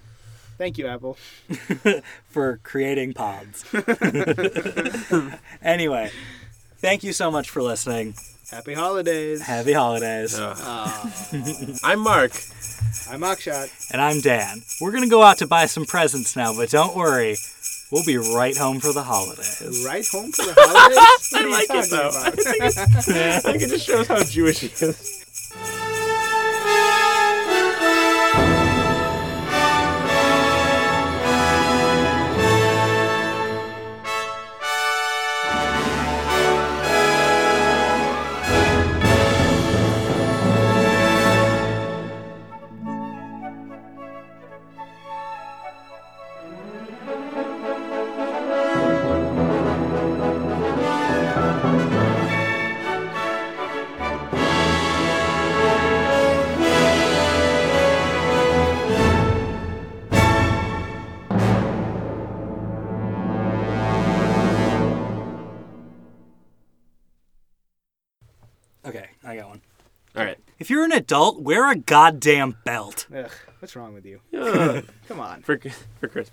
thank you apple for creating pods anyway thank you so much for listening happy holidays happy holidays I'm Mark. i'm akshat and i'm dan we're gonna go out to buy some presents now but don't worry we'll be right home for the holidays right home for the holidays What are you like it, talking though. about? I think it just shows how Jewish he is. okay i got one All right. if you're an adult wear a goddamn belt Ugh, what's wrong with you Uh, come on for for Christmas.